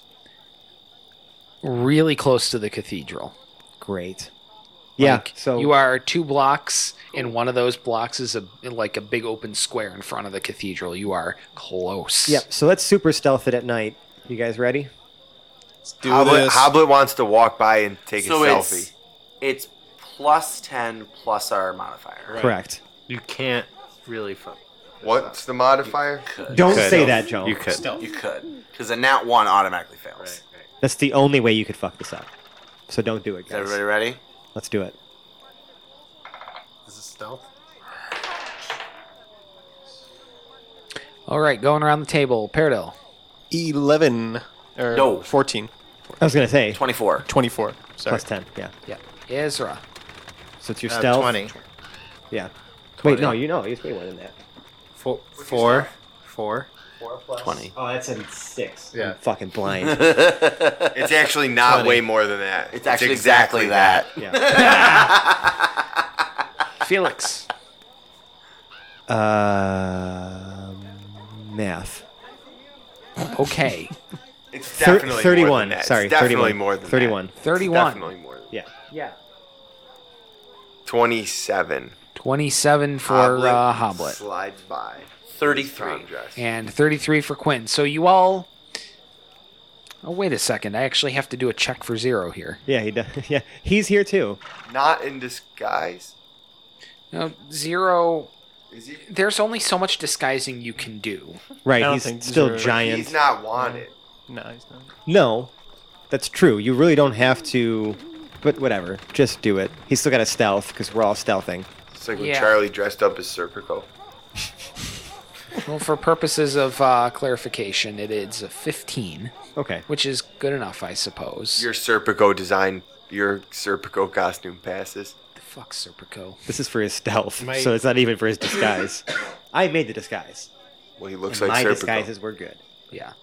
Speaker 1: really close to the cathedral.
Speaker 2: Great. Yeah.
Speaker 1: Like,
Speaker 2: so
Speaker 1: you are two blocks, and one of those blocks is a like a big open square in front of the cathedral. You are close.
Speaker 2: Yep. So let's super stealth it at night. You guys ready?
Speaker 5: Do
Speaker 7: Hoblet,
Speaker 5: this.
Speaker 7: Hoblet wants to walk by and take
Speaker 3: so
Speaker 7: a
Speaker 3: it's,
Speaker 7: selfie.
Speaker 3: it's plus 10 plus our modifier.
Speaker 2: Correct.
Speaker 6: You can't really fuck.
Speaker 7: What's the modifier?
Speaker 2: Don't
Speaker 6: could.
Speaker 2: say that, Joe.
Speaker 6: You could.
Speaker 3: You could. Because a nat 1 automatically fails.
Speaker 2: That's the only way you could fuck this up. So don't do it,
Speaker 3: Is
Speaker 2: guys.
Speaker 3: everybody ready?
Speaker 2: Let's do it.
Speaker 6: Is it stealth?
Speaker 1: All right, going around the table, Peridil.
Speaker 5: 11. Or
Speaker 3: No.
Speaker 5: 14.
Speaker 2: I was gonna say
Speaker 3: 24.
Speaker 5: 24. Sorry.
Speaker 2: plus ten. Yeah.
Speaker 1: Yep. Ezra.
Speaker 2: So it's your
Speaker 6: Uh,
Speaker 2: stealth.
Speaker 6: 20.
Speaker 2: Yeah. Wait, no, you know, you way more than that.
Speaker 6: Four. Four. Four.
Speaker 2: Four plus
Speaker 3: 20.
Speaker 2: Oh, that's in six.
Speaker 6: Yeah.
Speaker 2: I'm fucking blind.
Speaker 7: It's actually not way more than that.
Speaker 3: It's actually exactly, that.
Speaker 2: yeah.
Speaker 1: Felix.
Speaker 2: Um, math.
Speaker 1: Okay.
Speaker 7: It's
Speaker 2: Thir-
Speaker 7: definitely more
Speaker 2: Thirty-one.
Speaker 7: than that. It's
Speaker 2: Sorry,
Speaker 7: definitely
Speaker 2: thirty-one.
Speaker 7: more than that.
Speaker 2: thirty-one.
Speaker 7: It's
Speaker 1: 31.
Speaker 7: definitely more than
Speaker 2: Yeah.
Speaker 1: Yeah.
Speaker 7: 27.
Speaker 1: 27 for uh, Hoblet.
Speaker 7: Slides by.
Speaker 3: 33.
Speaker 7: dress.
Speaker 1: And 33 for Quinn. So you all. Oh, wait a second. I actually have to do a check for zero here.
Speaker 2: Yeah. He does. Yeah. He's here too.
Speaker 7: Not in disguise.
Speaker 1: No, zero.
Speaker 7: Is he?
Speaker 1: There's only so much disguising you can do.
Speaker 2: Right.
Speaker 5: I don't
Speaker 2: He's
Speaker 5: think
Speaker 2: still
Speaker 5: these are-
Speaker 2: giant.
Speaker 7: He's not wanted.
Speaker 5: No, he's not.
Speaker 2: No, that's true. You really don't have to, but whatever. Just do it. He's still got a stealth because we're all stealthing.
Speaker 7: It's like when
Speaker 1: Yeah.
Speaker 7: Charlie dressed up as Serpico.
Speaker 1: Well, for purposes of uh, clarification, it is a 15,
Speaker 2: Okay.
Speaker 1: which is good enough, I suppose.
Speaker 7: Your Serpico design, your Serpico costume passes.
Speaker 1: the fuck, Serpico.
Speaker 2: This is for his stealth,
Speaker 6: My-
Speaker 2: so it's not even for his disguise. I made the disguise.
Speaker 7: Well, he looks
Speaker 2: and
Speaker 7: like
Speaker 2: my
Speaker 7: Serpico.
Speaker 2: disguises were good.
Speaker 1: Yeah.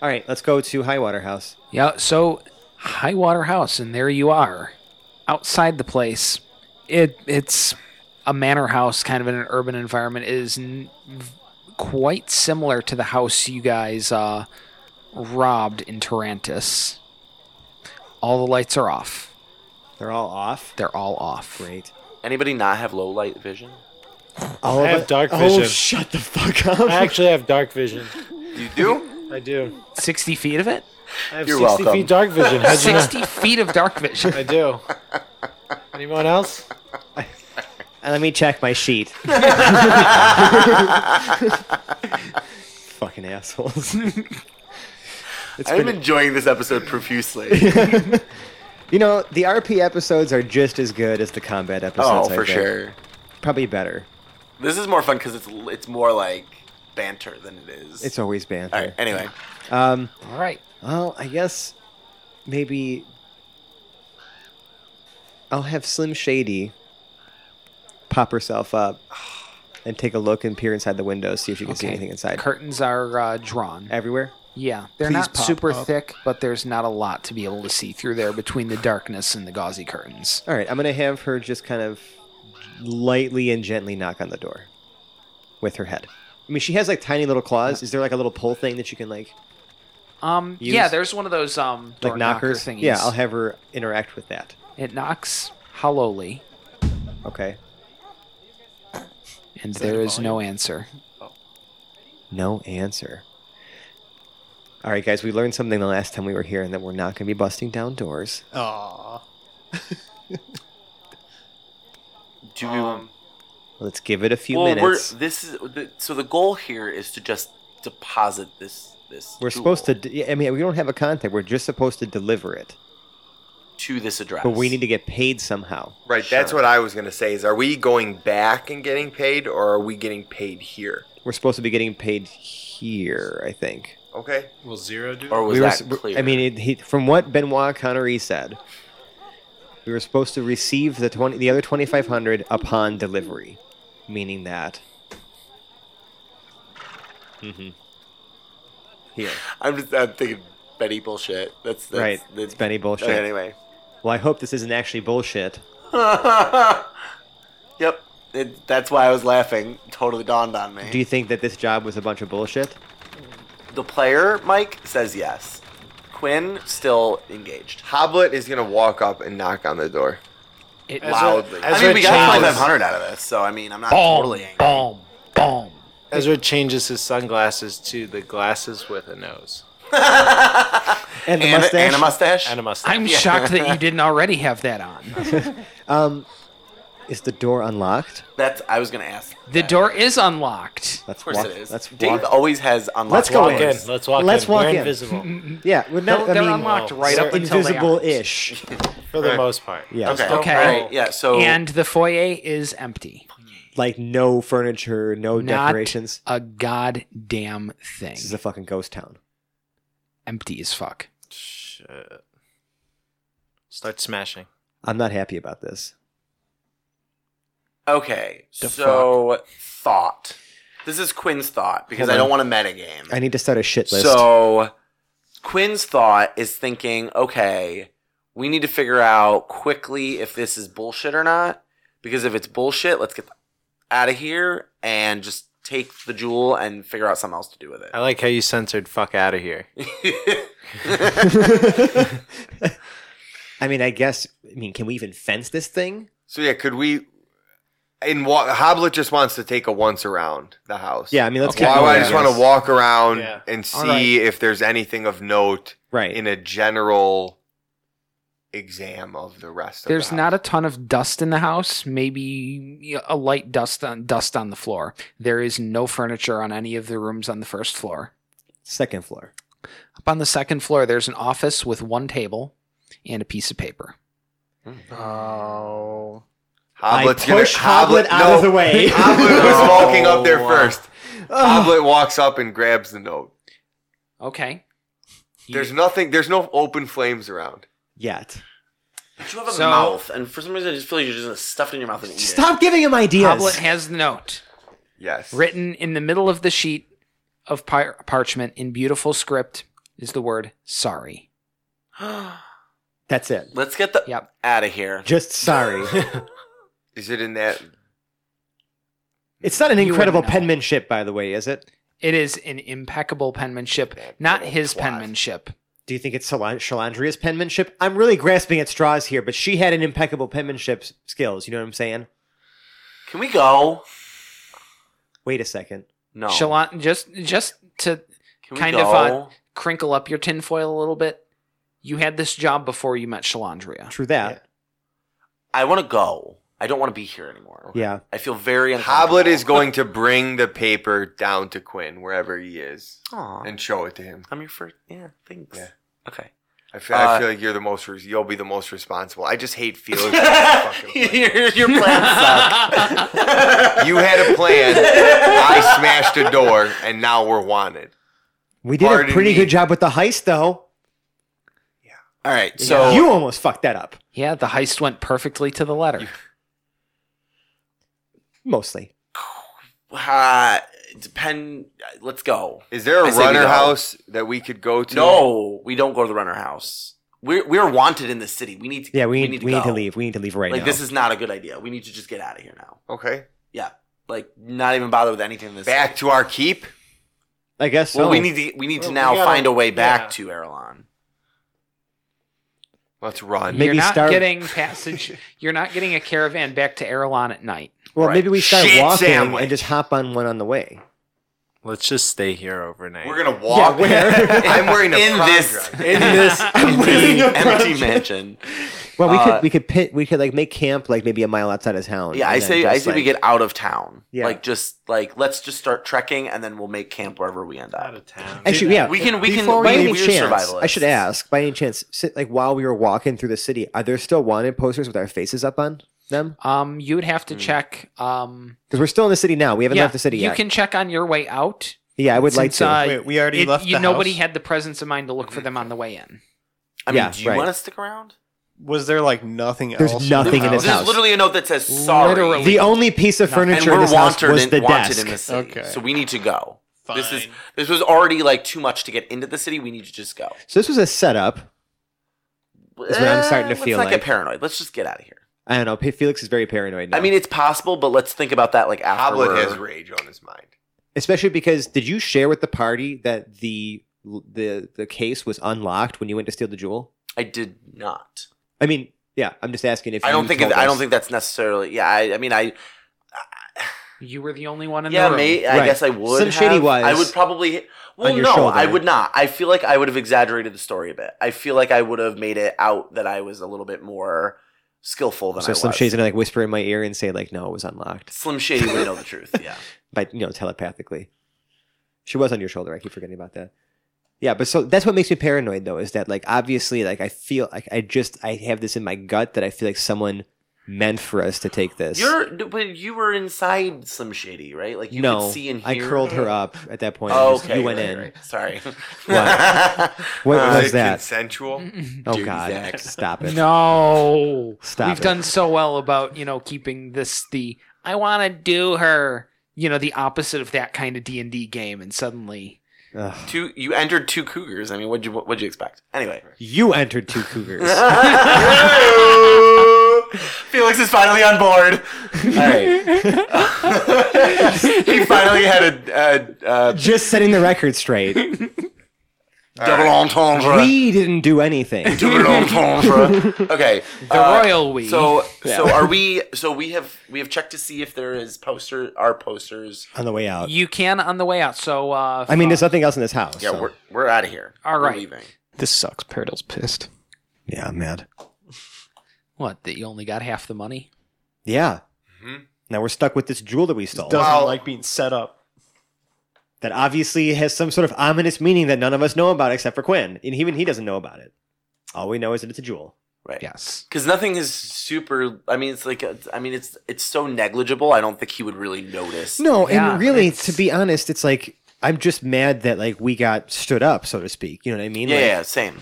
Speaker 2: All right, let's go to Highwater House.
Speaker 1: Yeah, so Highwater House, and there you are, outside the place. It it's a manor house, kind of in an urban environment. It is n- v- quite similar to the house you guys uh, robbed in Tarantus. All the lights are off.
Speaker 2: They're all off.
Speaker 1: They're all off.
Speaker 2: Great.
Speaker 3: Anybody not have low light vision?
Speaker 2: All
Speaker 6: I
Speaker 2: of
Speaker 6: have
Speaker 2: it-
Speaker 6: dark
Speaker 2: Oh,
Speaker 6: vision.
Speaker 2: shut the fuck up.
Speaker 6: I actually have dark vision.
Speaker 7: You do?
Speaker 6: I do.
Speaker 1: Sixty feet of it.
Speaker 6: I have
Speaker 7: You're
Speaker 6: 60
Speaker 7: welcome.
Speaker 6: feet dark vision. How'd you know?
Speaker 1: Sixty feet of dark vision.
Speaker 6: I do. Anyone else?
Speaker 2: And Let me check my sheet. Fucking assholes. It's
Speaker 7: I'm
Speaker 2: been-
Speaker 7: enjoying this episode profusely.
Speaker 2: You know, the RP episodes are just as good as the combat
Speaker 3: Oh,
Speaker 2: episodes. I
Speaker 3: for
Speaker 2: think.
Speaker 3: sure.
Speaker 2: Probably better.
Speaker 3: This is more fun because it's it's more like banter than it is.
Speaker 2: It's always banter.
Speaker 3: all right. Anyway,
Speaker 2: Um,
Speaker 1: All right.
Speaker 2: well, I guess maybe I'll have Slim Shady pop herself up and take a look and peer inside the window, see if she can see
Speaker 1: Okay.
Speaker 2: anything inside.
Speaker 1: Curtains are uh, drawn.
Speaker 2: Everywhere.
Speaker 1: Yeah, they're
Speaker 2: Please
Speaker 1: not
Speaker 2: pop
Speaker 1: super
Speaker 2: up.
Speaker 1: thick, but there's not a lot to be able to see through there between the darkness and the gauzy curtains.
Speaker 2: All right, I'm gonna have her just kind of lightly and gently knock on the door with her head. I mean, she has like tiny little claws. Is there like a little pull thing that you can like
Speaker 1: Um,
Speaker 2: Use-
Speaker 1: yeah, there's one of those um door
Speaker 2: like knockers?
Speaker 1: knocker thingies.
Speaker 2: Yeah, I'll have her interact with that.
Speaker 1: it knocks hollowly,
Speaker 2: Okay.
Speaker 1: and there is no answer.
Speaker 2: No answer. All right, guys, we learned something the last time we were here, and that we're not going to be busting down doors.
Speaker 5: Aw.
Speaker 3: do we?
Speaker 7: Um,
Speaker 2: Let's give it a few
Speaker 3: well,
Speaker 2: minutes.
Speaker 3: we're this is the, so the goal here is to just deposit this this.
Speaker 2: We're
Speaker 3: jewel
Speaker 2: supposed to. d- I mean, we don't have a contact. We're just supposed to deliver it,
Speaker 3: to this address.
Speaker 2: but we need to get paid somehow.
Speaker 7: Right, that's
Speaker 3: Sure.
Speaker 7: what I was gonna say. Is are we going back and getting paid, or are we getting paid here?
Speaker 2: We're supposed to be getting paid here, I think.
Speaker 7: Okay.
Speaker 6: Will zero do?
Speaker 3: Or was
Speaker 2: we were,
Speaker 3: that
Speaker 2: s- w-
Speaker 3: clear?
Speaker 2: I mean, it, he, from what Benoit Connery said, we were supposed to receive the twenty, the other twenty five hundred upon delivery, meaning that.
Speaker 3: Mm-hmm.
Speaker 2: hmm Here,
Speaker 3: I'm just I'm thinking Betty bullshit. That's, that's
Speaker 2: right?
Speaker 3: that's-
Speaker 2: it's Benny bullshit.
Speaker 3: Okay, anyway.
Speaker 2: Well, I hope this isn't actually bullshit.
Speaker 3: yep. It, that's why I was laughing. Totally dawned on me.
Speaker 2: Do you think that this job was a bunch of bullshit?
Speaker 3: the player, Mike, says yes. Quinn still engaged.
Speaker 7: Hoblet is gonna walk up and knock on the door.
Speaker 1: It
Speaker 6: As
Speaker 1: loud.
Speaker 7: Loudly.
Speaker 6: as
Speaker 3: I mean,
Speaker 6: it
Speaker 3: we got
Speaker 6: changes-
Speaker 3: 5,500 out of this, so I mean, I'm not totally angry.
Speaker 1: boom, boom.
Speaker 6: Ezra changes his sunglasses to the glasses with a nose
Speaker 2: And the
Speaker 3: And, a-
Speaker 2: mustache.
Speaker 3: and a mustache.
Speaker 6: and a mustache.
Speaker 1: I'm shocked that you didn't already have that on.
Speaker 2: um, is the door unlocked?
Speaker 3: That's I was gonna ask.
Speaker 1: The
Speaker 3: that.
Speaker 1: door is unlocked.
Speaker 2: That's
Speaker 3: Of course
Speaker 2: walk,
Speaker 3: it is.
Speaker 2: That's
Speaker 3: Dave
Speaker 2: walk-
Speaker 3: always has unlocked.
Speaker 2: Let's go in.
Speaker 3: doors.
Speaker 6: in. Let's walk
Speaker 2: Let's
Speaker 6: in.
Speaker 2: walk
Speaker 6: We're
Speaker 2: in.
Speaker 6: invisible
Speaker 2: Yeah, we're not.
Speaker 1: No, they're
Speaker 2: I mean,
Speaker 1: unlocked
Speaker 6: Wow.
Speaker 1: right up
Speaker 6: They're
Speaker 1: until they aren't.
Speaker 2: invisible-ish.
Speaker 6: for the most part.
Speaker 2: Yeah.
Speaker 3: Okay.
Speaker 6: Let's
Speaker 1: Okay.
Speaker 6: go.
Speaker 3: All right. Yeah. So
Speaker 1: And the foyer is empty.
Speaker 2: Like no furniture, no
Speaker 1: Not
Speaker 2: decorations.
Speaker 1: a goddamn thing.
Speaker 2: This is a fucking ghost town.
Speaker 1: empty as fuck.
Speaker 6: Shit. Start smashing.
Speaker 2: I'm not happy about this.
Speaker 3: okay.
Speaker 1: The
Speaker 3: so thought. This is Quinn's thought because
Speaker 2: Hold
Speaker 3: I don't
Speaker 2: on.
Speaker 3: want a metagame.
Speaker 2: I need to start a shit list.
Speaker 3: So Quinn's thought is thinking, okay, we need to figure out quickly if this is bullshit or not. Because if it's bullshit, let's get out of here and just take the jewel and figure out something else to do with
Speaker 2: Oh.
Speaker 6: I like how you censored "fuck out of here."
Speaker 3: it.
Speaker 2: I mean, I guess. I mean, can we even fence this thing?
Speaker 7: So yeah, could we? In wa- Hoblet just wants to take a once around the house.
Speaker 2: Yeah, I mean, let's.
Speaker 1: Okay.
Speaker 2: kinda go
Speaker 7: Well, I
Speaker 2: with
Speaker 7: just
Speaker 2: this.
Speaker 7: want to walk around
Speaker 6: Yeah.
Speaker 7: and see
Speaker 1: All right.
Speaker 7: if there's anything of note
Speaker 2: Right.
Speaker 7: in a general exam of the rest.
Speaker 1: There's
Speaker 7: of the
Speaker 1: not a ton of dust in the house. Maybe a light dust on dust on the floor. There is no furniture on any of the rooms on the first floor.
Speaker 2: Second floor.
Speaker 1: Up on the second floor, there's an office with one table and a piece of paper.
Speaker 6: Oh.
Speaker 7: house. Hoblet's
Speaker 2: I
Speaker 7: gonna-
Speaker 2: push Hoblet out
Speaker 7: no,
Speaker 2: of the way.
Speaker 7: Hoblet was walking up there
Speaker 6: No.
Speaker 7: first. Hoblet walks up and grabs the note.
Speaker 1: Okay.
Speaker 7: There's nothing. There's no open flames around.
Speaker 2: Yet.
Speaker 3: But you have a
Speaker 1: So-
Speaker 3: mouth, and for some reason, I just feel like you're just gonna stuff it in your mouth and eat
Speaker 2: Stop giving him ideas.
Speaker 1: Hoblet has the note
Speaker 7: Yes.
Speaker 1: written in the middle of the sheet of par- parchment in beautiful script is the word sorry.
Speaker 3: it.
Speaker 2: That's it.
Speaker 3: Let's get the
Speaker 1: Yep.
Speaker 3: out of here.
Speaker 2: Just sorry.
Speaker 7: Is it in that?
Speaker 2: it's not an
Speaker 1: You
Speaker 2: incredible
Speaker 1: wouldn't know.
Speaker 2: penmanship, by the way, is it?
Speaker 1: It is an impeccable penmanship,
Speaker 7: That
Speaker 1: not
Speaker 7: little
Speaker 1: his
Speaker 7: twat.
Speaker 1: penmanship.
Speaker 2: Do you think it's Shalan- Shalandria's penmanship? I'm really grasping at straws here, but she had an impeccable penmanship s- skills. You know what I'm saying?
Speaker 3: Can we go?
Speaker 2: Wait a second.
Speaker 3: No.
Speaker 1: Shalon, just just to
Speaker 3: Can we
Speaker 1: kind
Speaker 3: go?
Speaker 1: of, uh, crinkle up your tinfoil a little bit. You had this job before you met Shalandria.
Speaker 2: True that.
Speaker 3: I want to go. I don't want to be here anymore.
Speaker 2: Yeah.
Speaker 3: I feel very uncomfortable.
Speaker 7: Hoblet is going to bring the paper down to Quinn wherever he is
Speaker 3: Aw,
Speaker 7: and show it to him.
Speaker 3: I'm your first. Yeah. Thanks.
Speaker 7: Yeah.
Speaker 3: Okay.
Speaker 7: I feel, I
Speaker 3: Uh,
Speaker 7: feel like you're the most. Re- you'll be the most responsible. I just hate feeling.
Speaker 3: your, your plans suck.
Speaker 7: you had a plan. I smashed a door, and now we're wanted.
Speaker 2: We did a
Speaker 7: Pardon
Speaker 2: pretty
Speaker 7: me.
Speaker 2: good job with the heist, though.
Speaker 3: All right. So
Speaker 2: you almost fucked that up.
Speaker 1: Yeah, the heist went perfectly to the letter.
Speaker 2: Mostly.
Speaker 3: uh, depend. Let's go.
Speaker 7: Is there a
Speaker 3: I say we
Speaker 7: runner
Speaker 3: go.
Speaker 7: house that we could go to?
Speaker 3: No, we don't go to the runner house. We're we're wanted in the city. We need to.
Speaker 2: Yeah, we,
Speaker 3: we
Speaker 2: need,
Speaker 3: to
Speaker 2: we need to
Speaker 3: go.
Speaker 2: leave. We need to leave right
Speaker 3: like
Speaker 2: now.
Speaker 3: this is not a good idea. We need to just get out of here now.
Speaker 7: Okay.
Speaker 3: Like not even bother with anything. In this
Speaker 7: Back to our keep.
Speaker 2: I guess so.
Speaker 3: Well, we need to we need to
Speaker 6: Well, we
Speaker 3: now
Speaker 6: gotta-
Speaker 3: find a way back
Speaker 6: yeah.
Speaker 3: to Erelon.
Speaker 7: Let's run.
Speaker 2: Maybe
Speaker 1: you're not
Speaker 2: start-
Speaker 1: getting passage. you're not getting a caravan back to Erelon at night.
Speaker 2: well
Speaker 7: right.
Speaker 2: maybe we start
Speaker 7: Shit
Speaker 2: walking
Speaker 7: sandwich.
Speaker 2: and just hop on one on the way.
Speaker 6: Let's just stay here overnight.
Speaker 7: We're gonna walk. I'm wearing a
Speaker 3: in
Speaker 7: prom
Speaker 3: this-
Speaker 7: dress.
Speaker 2: in this
Speaker 3: Empty, empty mansion.
Speaker 2: well we
Speaker 3: Uh,
Speaker 2: could we could pit we could like make camp like maybe a mile outside his hound
Speaker 3: Yeah,
Speaker 2: and
Speaker 3: I
Speaker 2: then
Speaker 3: say I
Speaker 2: just,
Speaker 3: say we
Speaker 2: like-
Speaker 3: get out of town.
Speaker 2: Yeah.
Speaker 3: Like just like let's just start trekking and then we'll make camp wherever we end
Speaker 6: out
Speaker 3: up.
Speaker 6: of town.
Speaker 2: actually yeah
Speaker 3: We can we can
Speaker 4: Before
Speaker 3: we
Speaker 2: by
Speaker 3: can
Speaker 2: any
Speaker 3: we're
Speaker 2: chance
Speaker 3: survivalists.
Speaker 2: i should ask by any chance si- like while we were walking through the city are there still wanted posters with our faces up on them
Speaker 1: Um, you would have to
Speaker 3: Hmm.
Speaker 1: check. Um,
Speaker 2: because we're still in the city now we haven't
Speaker 1: yeah,
Speaker 2: left the city
Speaker 1: you
Speaker 2: yet
Speaker 1: can check on your way out.
Speaker 2: yeah i would like
Speaker 1: since,
Speaker 2: to
Speaker 1: uh,
Speaker 4: Wait, we already
Speaker 1: it-
Speaker 4: left
Speaker 1: you-
Speaker 4: the
Speaker 1: nobody
Speaker 4: house?
Speaker 1: had the presence of mind to look for them on the way in.
Speaker 3: I mean,
Speaker 2: Yeah,
Speaker 3: do you
Speaker 2: right.
Speaker 3: want to stick around?
Speaker 4: Was there like nothing
Speaker 2: There's
Speaker 4: else?
Speaker 2: nothing
Speaker 4: the
Speaker 2: in this
Speaker 4: house?
Speaker 3: There's
Speaker 2: house.
Speaker 3: literally a note that says sorry.
Speaker 1: Literally.
Speaker 2: the only piece of
Speaker 3: and
Speaker 2: furniture in
Speaker 3: we're
Speaker 2: this house
Speaker 3: wanted,
Speaker 2: was
Speaker 3: in,
Speaker 2: the
Speaker 3: wanted in
Speaker 2: desk
Speaker 3: the city.
Speaker 4: Okay.
Speaker 3: So we need to go.
Speaker 4: Fine.
Speaker 3: This is this was already like too much to get into the city. We need to just go.
Speaker 2: so this was a setup That's what I'm starting to
Speaker 3: Eh, let's
Speaker 2: feel
Speaker 3: not
Speaker 2: like.
Speaker 3: get paranoid. Let's just get out of here.
Speaker 2: i don't know P- felix is very paranoid now.
Speaker 3: I mean, it's possible, but let's think about that like after.
Speaker 7: Hoblet
Speaker 3: we're-
Speaker 7: has rage on his mind.
Speaker 2: especially because did you share with the party that the the the case was unlocked when you went to steal the jewel
Speaker 3: I did not.
Speaker 2: i mean yeah i'm just asking if
Speaker 3: I don't
Speaker 2: you
Speaker 3: think
Speaker 2: told
Speaker 3: I don't
Speaker 2: us.
Speaker 3: think that's necessarily. Yeah, I, I mean, I
Speaker 1: You were the only one in
Speaker 3: yeah,
Speaker 1: the room.
Speaker 3: may, I
Speaker 2: Right.
Speaker 3: guess I would.
Speaker 2: Some
Speaker 3: have,
Speaker 2: shady wise
Speaker 3: I would probably. Well,
Speaker 2: on your
Speaker 3: no,
Speaker 2: shoulder.
Speaker 3: I would not. I feel like I would have exaggerated the story a bit. I feel like I would have made it out that I was a little bit more skillful than
Speaker 2: so
Speaker 3: I
Speaker 2: some
Speaker 3: was.
Speaker 2: shades gonna like whisper in my ear and say like no it was unlocked
Speaker 3: Slim Shady would know the truth. Yeah.
Speaker 2: but you know telepathically she was on your shoulder i keep forgetting about that yeah but so that's what makes me paranoid though is that like obviously like i feel like i just i have this in my gut that i feel like someone meant for us to take this
Speaker 3: You're, but you were inside Slim Shady, right? Like you
Speaker 2: no
Speaker 3: could see and
Speaker 2: i
Speaker 3: hear.
Speaker 2: curled her up at that point
Speaker 3: Oh,
Speaker 2: You
Speaker 3: okay,
Speaker 2: you went
Speaker 3: right,
Speaker 2: in
Speaker 3: right. Sorry.
Speaker 2: What
Speaker 3: Uh,
Speaker 2: was
Speaker 7: Is it
Speaker 2: that?
Speaker 7: Consensual.
Speaker 2: Oh
Speaker 3: Dirty
Speaker 2: God!
Speaker 3: Zach.
Speaker 2: Stop it!
Speaker 1: No.
Speaker 2: Stop
Speaker 1: We've
Speaker 2: it.
Speaker 1: done so well about, you know, keeping this the I want to do her, you know, the opposite of that kind of D&D game and suddenly
Speaker 2: Ugh.
Speaker 3: Two, you entered two cougars. I mean, what'd you what'd you expect? Anyway,
Speaker 2: You entered two cougars.
Speaker 3: Felix is finally on board. All right, he finally had a, a, a
Speaker 2: Just setting the record straight.
Speaker 3: double entendre.
Speaker 2: We didn't do anything.
Speaker 3: double entendre. Okay,
Speaker 1: the
Speaker 3: uh,
Speaker 1: royal we.
Speaker 3: So, so are we? So we have we have checked to see if there is poster our posters.
Speaker 2: on the way
Speaker 3: uh,
Speaker 2: out.
Speaker 1: you can on the way out. So uh
Speaker 2: I mean,
Speaker 1: fuck.
Speaker 2: there's nothing else in this house.
Speaker 3: Yeah,
Speaker 2: so-
Speaker 3: we're we're out of here.
Speaker 1: All
Speaker 3: We're
Speaker 1: right.
Speaker 3: leaving.
Speaker 5: This sucks. Paradil's pissed.
Speaker 2: yeah, I'm mad.
Speaker 1: what that you only got half the money?
Speaker 2: Yeah.
Speaker 7: Mhm.
Speaker 2: Now we're stuck with this jewel that we stole.
Speaker 4: Doesn't
Speaker 7: Wow.
Speaker 4: like being set up.
Speaker 2: That obviously has some sort of ominous meaning that none of us know about except for Quinn, and even he doesn't know about it. All we know is that it's a jewel.
Speaker 3: Right.
Speaker 1: Yes.
Speaker 3: Because nothing is super. I mean, it's like uh, I mean, it's it's so negligible. I don't think he would really notice.
Speaker 2: No,
Speaker 1: Yeah,
Speaker 2: and really,
Speaker 1: it's-
Speaker 2: to be honest, it's like I'm just mad that like we got stood up, so to speak. You know what I mean?
Speaker 3: Yeah,
Speaker 2: Like,
Speaker 3: yeah, same.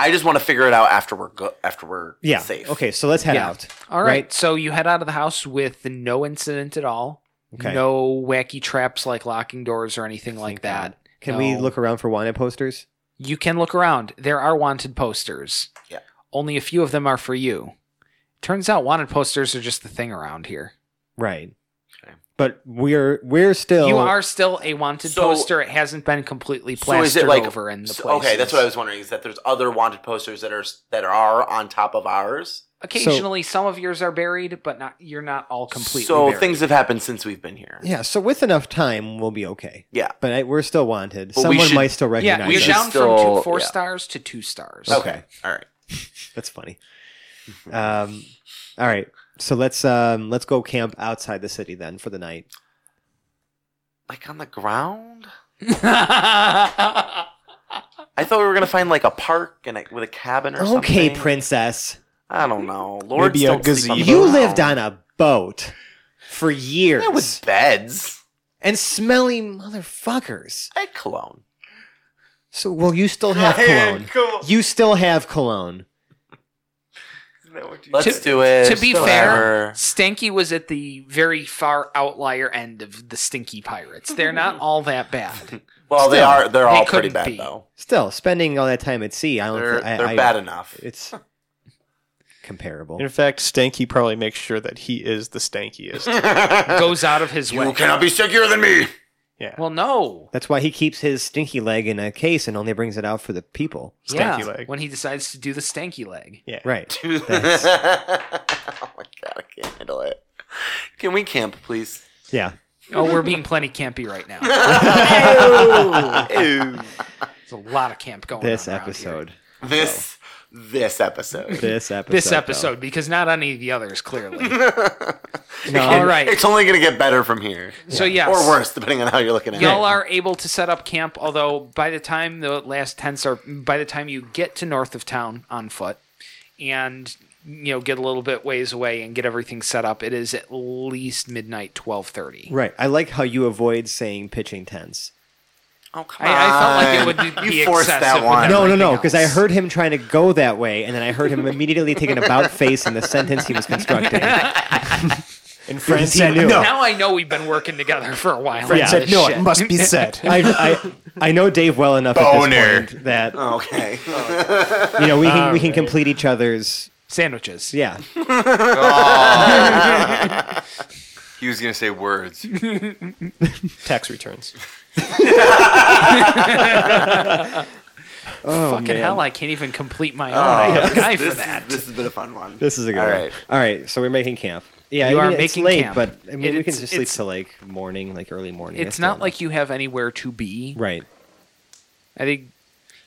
Speaker 3: I just want to figure it out after we're go- after we're
Speaker 2: yeah.
Speaker 3: safe.
Speaker 2: Okay, so let's head
Speaker 1: Yeah.
Speaker 2: out.
Speaker 1: All right.
Speaker 2: Right.
Speaker 1: So you head out of the house with no incident at all.
Speaker 2: Okay.
Speaker 1: No wacky traps like locking doors or anything like that.
Speaker 2: Can we
Speaker 1: No.
Speaker 2: look around for wanted posters?
Speaker 1: You can look around. There are wanted posters.
Speaker 3: Yeah.
Speaker 1: Only a few of them are for you. Turns out wanted posters are just the thing around here.
Speaker 2: Right.
Speaker 3: Okay.
Speaker 2: But we're we're still
Speaker 1: you are still a wanted
Speaker 3: So-
Speaker 1: poster. It hasn't been completely
Speaker 3: So is
Speaker 1: plastered
Speaker 3: it like
Speaker 1: over in the
Speaker 3: so-
Speaker 1: place.
Speaker 3: okay? That's what I was wondering. Is that there's other wanted posters that are s- that are on top of ours?
Speaker 1: Occasionally, some of yours are buried, but not you're not all completely.
Speaker 3: so
Speaker 1: buried.
Speaker 3: things have happened since we've been here.
Speaker 2: yeah. So with enough time, we'll be okay.
Speaker 3: Yeah.
Speaker 2: But I, we're still wanted.
Speaker 3: But we
Speaker 2: Someone
Speaker 3: should-
Speaker 2: might still recognize
Speaker 1: Yeah,
Speaker 2: yeah,
Speaker 1: you're
Speaker 3: should
Speaker 2: us.
Speaker 1: down from
Speaker 3: still-
Speaker 1: two, four
Speaker 3: yeah.
Speaker 1: stars to two stars.
Speaker 2: Okay.
Speaker 3: All right.
Speaker 2: That's funny. Um, all right. So let's um, let's go camp outside the city then for the night.
Speaker 3: Like on the ground.
Speaker 1: I
Speaker 3: I thought we were gonna find like a park and a, with a cabin or something.
Speaker 2: Okay, princess.
Speaker 3: I don't know. Lords
Speaker 5: Maybe a
Speaker 3: don't sleep on
Speaker 5: gazebo.
Speaker 3: the
Speaker 2: You
Speaker 3: ground.
Speaker 2: lived on a boat for years
Speaker 3: yeah, with beds.
Speaker 2: and smelly motherfuckers.
Speaker 3: I had cologne.
Speaker 2: So well, you still have cologne. You still have cologne.
Speaker 3: Let's
Speaker 1: To-
Speaker 3: do it.
Speaker 1: to be
Speaker 3: Still
Speaker 1: fair-
Speaker 3: ever.
Speaker 1: Stanky was at the very far outlier end of the stinky pirates. They're not all that bad.
Speaker 3: well, they
Speaker 2: still,
Speaker 3: are. They're
Speaker 1: they
Speaker 3: all pretty
Speaker 1: couldn't
Speaker 3: bad
Speaker 1: be.
Speaker 3: though.
Speaker 2: Still spending all that time at sea. I don't.
Speaker 3: They're,
Speaker 2: thi- I,
Speaker 3: they're
Speaker 2: I-
Speaker 3: bad enough.
Speaker 2: It's comparable.
Speaker 5: In fact, Stanky probably makes sure that he is the stankiest.
Speaker 1: Goes out of his way.
Speaker 7: You cannot be stickier than me.
Speaker 5: Yeah.
Speaker 1: Well, no.
Speaker 2: That's why he keeps his stinky leg in a case and only brings it out for the people.
Speaker 1: yeah,
Speaker 5: Stanky leg.
Speaker 1: when he decides to do the stanky leg.
Speaker 5: yeah.
Speaker 2: Right.
Speaker 3: oh my
Speaker 2: Thanks.
Speaker 3: Oh god, I can't handle it. Can we camp, please?
Speaker 2: Yeah.
Speaker 1: Oh, we're being plenty campy right now. There's a lot of camp going
Speaker 2: This
Speaker 1: on. around here.
Speaker 2: episode.
Speaker 3: This this episode.
Speaker 2: This episode.
Speaker 1: This
Speaker 2: though.
Speaker 1: episode, because not any of the others, clearly. All
Speaker 3: And
Speaker 1: right.
Speaker 3: It's only going to get better from here.
Speaker 1: So, yes.
Speaker 3: Or worse, depending on how you're looking at
Speaker 1: Y'all
Speaker 3: it.
Speaker 1: are able to set up camp, although by the time the last tents are, by the time you get to north of town on foot, and you know get a little bit ways away and get everything set up, it is at least midnight, twelve thirty.
Speaker 2: Right. I like how you avoid saying pitching tents.
Speaker 3: Oh, come
Speaker 1: I, I felt
Speaker 3: on.
Speaker 1: like it would be
Speaker 3: You forced
Speaker 1: excessive
Speaker 3: that
Speaker 1: with
Speaker 3: one.
Speaker 2: No, no,
Speaker 1: everything
Speaker 2: no, because I
Speaker 1: else.
Speaker 2: heard him trying to go that way, and then I heard him immediately take an about face in the sentence he was constructing.
Speaker 5: And
Speaker 2: Fran
Speaker 5: friends
Speaker 2: said
Speaker 5: said,
Speaker 2: no.
Speaker 5: no.
Speaker 1: Now I know we've been working together for a while.
Speaker 5: Fran
Speaker 2: Yeah.
Speaker 5: said,
Speaker 1: This
Speaker 5: no,
Speaker 1: shit.
Speaker 5: it must be said.
Speaker 2: I, I, I know Dave well enough
Speaker 7: Boner.
Speaker 2: at this point that
Speaker 3: Oh. Okay.
Speaker 2: you know we can we
Speaker 1: Oh.
Speaker 2: can complete each other's
Speaker 1: sandwiches.
Speaker 2: yeah.
Speaker 7: He was gonna say words.
Speaker 5: Tax returns.
Speaker 2: Oh
Speaker 1: Fucking
Speaker 2: man.
Speaker 1: hell, I can't even complete my own. I have a guy for that.
Speaker 3: This has been a fun one.
Speaker 2: This is a good
Speaker 3: All
Speaker 2: one.
Speaker 3: right.
Speaker 2: All right, so we're making camp. Yeah,
Speaker 1: You
Speaker 2: I
Speaker 1: are
Speaker 2: mean, it's
Speaker 1: making
Speaker 2: late,
Speaker 1: camp.
Speaker 2: but I mean,
Speaker 1: It-
Speaker 2: we can
Speaker 1: it's-
Speaker 2: just sleep
Speaker 1: it's-
Speaker 2: till like morning, like early morning.
Speaker 1: It's
Speaker 2: That's
Speaker 1: not
Speaker 2: fine.
Speaker 1: like you have anywhere to be.
Speaker 2: right.
Speaker 1: I think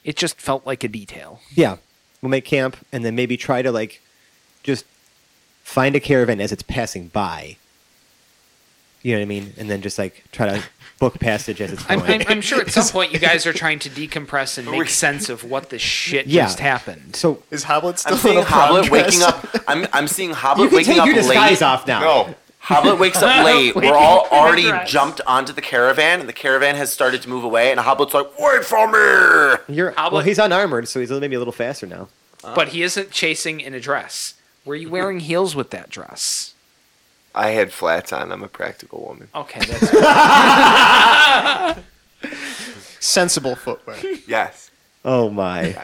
Speaker 1: it just felt like a detail.
Speaker 2: Yeah, we'll make camp and then maybe try to like just find a caravan as it's passing by. You know what I mean? And then just like try to book passage as it's
Speaker 1: I'm,
Speaker 2: going.
Speaker 1: I'm, I'm sure at some point you guys are trying to decompress and make sense of what the shit
Speaker 2: Yeah.
Speaker 1: just happened.
Speaker 2: so
Speaker 4: Is Hoblet
Speaker 3: I'm
Speaker 4: still in
Speaker 3: seeing
Speaker 4: a prom
Speaker 3: Hoblet
Speaker 4: dress?
Speaker 3: waking up. I'm, I'm seeing
Speaker 2: you can
Speaker 3: Hoblet waking
Speaker 2: take
Speaker 3: up
Speaker 2: your disguise
Speaker 3: late.
Speaker 2: off now.
Speaker 7: No.
Speaker 3: Hoblet wakes up late. We're all
Speaker 1: Waking up in a
Speaker 3: already
Speaker 1: dress.
Speaker 3: jumped onto the caravan, and the caravan has started to move away. And Hoblet's like, "Wait for me!"
Speaker 2: You're
Speaker 1: How
Speaker 2: well.
Speaker 1: about-
Speaker 2: He's unarmored, so he's maybe a little faster now.
Speaker 1: but he isn't chasing in a dress. Were you wearing heels with that dress?
Speaker 7: I had flats on. I'm a practical woman.
Speaker 1: Okay, that's
Speaker 5: Sensible footwear.
Speaker 7: Yes.
Speaker 2: Oh my!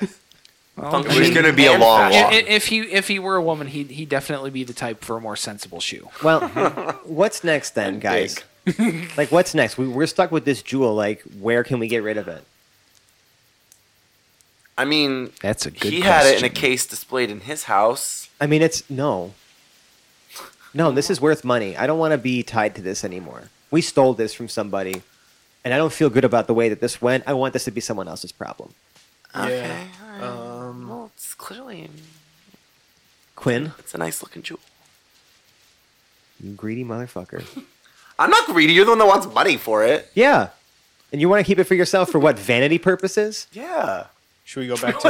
Speaker 1: well,
Speaker 7: It was gonna be a
Speaker 3: And
Speaker 7: long
Speaker 3: fashion.
Speaker 7: walk.
Speaker 1: if, if he if he were a woman, he'd he definitely be the type for a more sensible shoe.
Speaker 2: Well, what's next then, guys? like, what's next? We, we're stuck with this jewel. Like, where can we get rid of it?
Speaker 3: I mean,
Speaker 1: That's a
Speaker 3: he had it in a case displayed in his house.
Speaker 2: I mean, it's no. No, this is worth money. I don't want to be tied to this anymore. We stole this from somebody, and I don't feel good about the way that this went. I want this to be someone else's problem.
Speaker 3: Okay.
Speaker 5: Um,
Speaker 3: Well, it's clearly
Speaker 2: Quinn,
Speaker 3: it's a nice looking jewel.
Speaker 2: you greedy motherfucker.
Speaker 3: I'm not greedy. You're the one that wants money for it.
Speaker 2: Yeah. And you want to keep it for yourself for what, vanity purposes?
Speaker 3: Yeah.
Speaker 5: should we go back to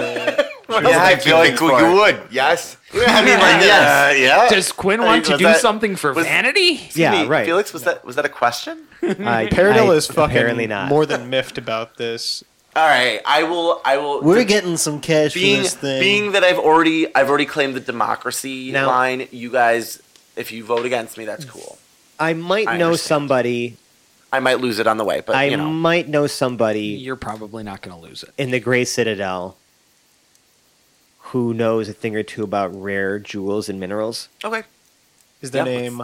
Speaker 7: Yeah, I feel like you would. Yes. I mean, like, yes.
Speaker 3: yeah.
Speaker 1: Does Quinn want to
Speaker 3: was
Speaker 1: do
Speaker 3: that-
Speaker 1: something for
Speaker 3: was-
Speaker 1: vanity?
Speaker 3: Excuse
Speaker 2: Yeah,
Speaker 3: me,
Speaker 2: right.
Speaker 3: Felix, was that was that a question?
Speaker 2: I,
Speaker 5: Paradil
Speaker 2: I-
Speaker 5: is fucking
Speaker 2: apparently not.
Speaker 5: more than miffed about this.
Speaker 3: All right, I will. I will.
Speaker 4: We're getting some cash for
Speaker 3: being
Speaker 4: this thing.
Speaker 3: being that I've already I've already claimed the democracy
Speaker 2: Now-
Speaker 3: line. You guys, if you vote against me, that's cool.
Speaker 2: I might
Speaker 3: I
Speaker 2: know
Speaker 3: understand.
Speaker 2: somebody.
Speaker 3: I might lose it on the way, but
Speaker 2: I
Speaker 3: you know.
Speaker 2: might know somebody
Speaker 1: You're probably not going to lose it.
Speaker 2: in the Gray Citadel who knows a thing or two about rare jewels and minerals.
Speaker 3: Okay.
Speaker 5: Is the
Speaker 3: Yeah, let's-
Speaker 5: name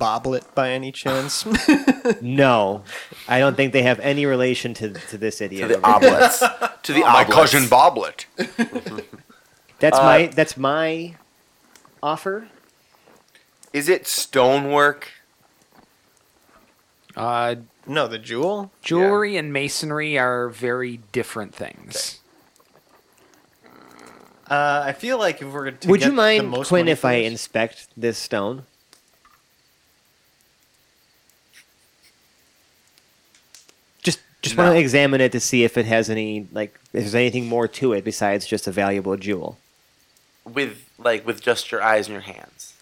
Speaker 5: Boblet by any chance?
Speaker 2: No, I don't think they have any relation to, to this
Speaker 3: To
Speaker 2: idiot.
Speaker 3: the oblets. to the
Speaker 7: Oh, My
Speaker 3: oblets.
Speaker 7: cousin Boblet.
Speaker 3: uh,
Speaker 2: that's my that's my offer.
Speaker 7: Is it stonework?
Speaker 1: Uh,
Speaker 5: no, the jewel.
Speaker 1: jewelry and masonry are very different things.
Speaker 5: Uh, I feel like if we're to
Speaker 2: Would
Speaker 5: get
Speaker 2: you
Speaker 5: the
Speaker 2: mind,
Speaker 5: most
Speaker 2: Quinn,
Speaker 5: money
Speaker 2: if
Speaker 5: for
Speaker 2: I
Speaker 5: this-
Speaker 2: inspect this stone? Just just want
Speaker 3: No.
Speaker 2: to examine it to see if it has any like if there's anything more to it besides just a valuable jewel.
Speaker 3: With like with just your eyes and your hands.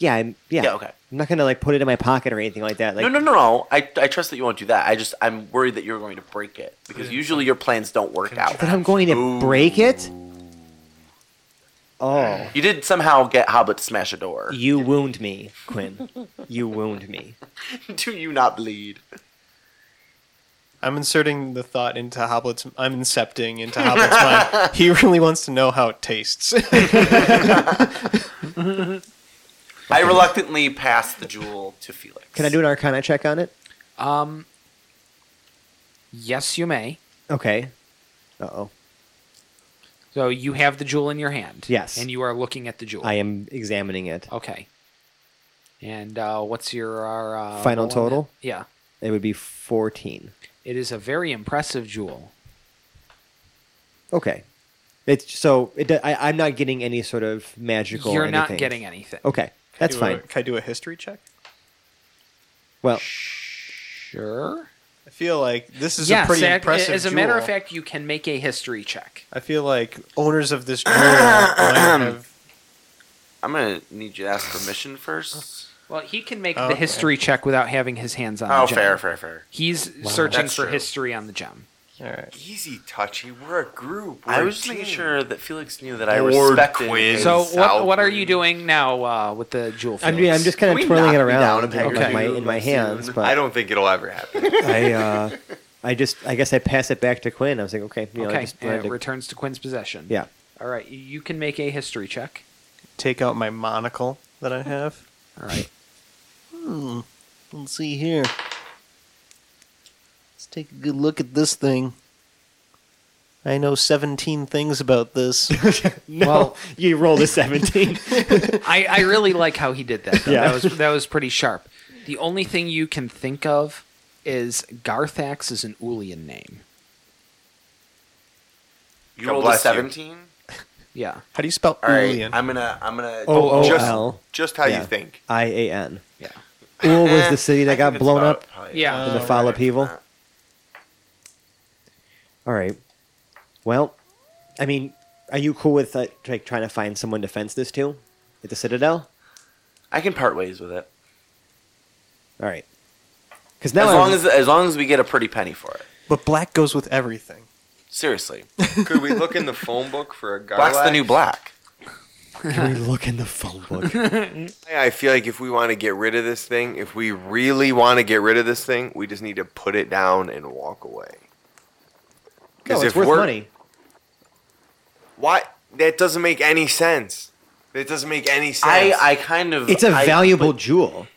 Speaker 2: Yeah, I'm, yeah.
Speaker 3: Yeah, okay.
Speaker 2: I'm not gonna like put it in my pocket or anything like that. Like,
Speaker 3: no, no, no, no. I, I trust that you won't do that. I just I'm worried that you're going to break it because usually your plans don't work out.
Speaker 2: But I'm going to break it. Oh,
Speaker 3: You did somehow get Hoblet to smash a door.
Speaker 2: you wound me, Quinn. You wound me.
Speaker 3: do you not bleed?
Speaker 5: I'm inserting the thought into Hoblet's. I'm incepting into Hoblet's mind. He really wants to know how it tastes.
Speaker 3: I reluctantly pass the jewel to Felix.
Speaker 2: Can I do an Arcana check on it?
Speaker 1: Um, yes, you may.
Speaker 2: Okay. Uh oh.
Speaker 1: So you have the jewel in your hand.
Speaker 2: Yes.
Speaker 1: And you are looking at the jewel.
Speaker 2: I am examining it.
Speaker 1: Okay. And uh, what's your our, uh, roll
Speaker 2: Final
Speaker 1: on that?
Speaker 2: total?
Speaker 1: Yeah,
Speaker 2: It would be 14.
Speaker 1: it is a very impressive jewel.
Speaker 2: Okay. It's so it, do- I, I'm not getting any sort of magical.
Speaker 1: You're
Speaker 2: anything.
Speaker 1: not getting anything.
Speaker 2: Okay, that's
Speaker 4: Do a-
Speaker 2: fine.
Speaker 4: can I do a history check?
Speaker 2: Well,
Speaker 1: Sure.
Speaker 4: I feel like this is a
Speaker 1: yes,
Speaker 4: pretty
Speaker 1: ac-
Speaker 4: impressive.
Speaker 1: as a matter of
Speaker 4: jewel.
Speaker 1: fact, you can make a history check.
Speaker 4: I feel like owners of this jewel might have.
Speaker 3: I'm gonna need you to ask permission first.
Speaker 1: Well, he can make the
Speaker 4: Okay.
Speaker 1: history check without having his hands on
Speaker 3: Oh,
Speaker 1: the gem.
Speaker 3: fair, fair, fair.
Speaker 1: He's searching
Speaker 3: That's
Speaker 1: for
Speaker 3: true.
Speaker 1: history on the gem.
Speaker 4: All right.
Speaker 7: Easy, touchy. We're a group. We're
Speaker 3: I
Speaker 7: a
Speaker 3: was just making
Speaker 7: team.
Speaker 3: sure that Felix knew that I
Speaker 7: Board
Speaker 3: respected.
Speaker 7: quiz.
Speaker 3: his-
Speaker 1: So what, what are
Speaker 7: Southland.
Speaker 1: you doing now uh, with the jewel?
Speaker 2: I mean, I'm
Speaker 1: Felix?
Speaker 2: just kind
Speaker 7: Can
Speaker 2: of
Speaker 7: we
Speaker 2: twirling
Speaker 7: knock
Speaker 2: it
Speaker 7: me
Speaker 2: around
Speaker 7: down a peg
Speaker 2: with
Speaker 1: or
Speaker 2: my
Speaker 7: two
Speaker 2: in my hands,
Speaker 7: soon?
Speaker 2: but
Speaker 7: I don't think it'll ever happen.
Speaker 2: I uh, I just I guess I pass it back to Quinn. I was like, okay, you know, I
Speaker 1: okay,
Speaker 2: just
Speaker 1: and
Speaker 2: wanted
Speaker 1: it
Speaker 2: to-
Speaker 1: returns to Quinn's possession.
Speaker 2: yeah.
Speaker 1: All right, you- you can make a history check.
Speaker 4: Take out my monocle that I have.
Speaker 1: All right.
Speaker 5: Hmm. Let's see here. Let's take a good look at this thing. I know 17 things about this.
Speaker 2: No,
Speaker 1: Well-
Speaker 2: you rolled a 17.
Speaker 1: I, I really like how he did that. Though.
Speaker 2: Yeah.
Speaker 1: That was that was pretty sharp. The only thing you can think of is Garthax is an Ulian name.
Speaker 3: You
Speaker 7: God
Speaker 3: rolled a
Speaker 7: bless you.
Speaker 3: 17.
Speaker 1: Yeah.
Speaker 5: How do you spell
Speaker 3: All right,
Speaker 5: alien?
Speaker 3: I'm gonna, I'm gonna.
Speaker 2: O O
Speaker 7: Oh, just-
Speaker 2: L
Speaker 7: Just how
Speaker 2: Yeah.
Speaker 7: you think.
Speaker 2: I A N.
Speaker 1: Yeah.
Speaker 2: Ul was
Speaker 7: Eh,
Speaker 2: the city
Speaker 7: I
Speaker 2: that
Speaker 7: think
Speaker 2: got
Speaker 7: it's
Speaker 2: blown
Speaker 7: about
Speaker 2: up
Speaker 7: right.
Speaker 1: Yeah.
Speaker 2: in the fall upheaval.
Speaker 7: Uh,
Speaker 2: All right. Well, I mean, are you cool with uh, like trying to find someone to fence this to at the Citadel?
Speaker 3: I can part ways with it
Speaker 2: All right. Because now
Speaker 3: as
Speaker 2: I'm-
Speaker 3: long as as long as we get a pretty penny for it.
Speaker 5: but black goes with everything.
Speaker 3: Seriously,
Speaker 7: Could we look in the phone book for a Garlax?
Speaker 3: black's the new black.
Speaker 2: can we look in the phone book?
Speaker 7: I feel like if we want to get rid of this thing, if we really want to get rid of this thing, we just need to put it down and walk away.
Speaker 2: no, it's
Speaker 7: if
Speaker 2: worth
Speaker 7: we're-
Speaker 2: money.
Speaker 7: Why? That doesn't make any sense. That doesn't make any sense.
Speaker 3: I, I kind of.
Speaker 2: It's a
Speaker 3: I-
Speaker 2: valuable jewel.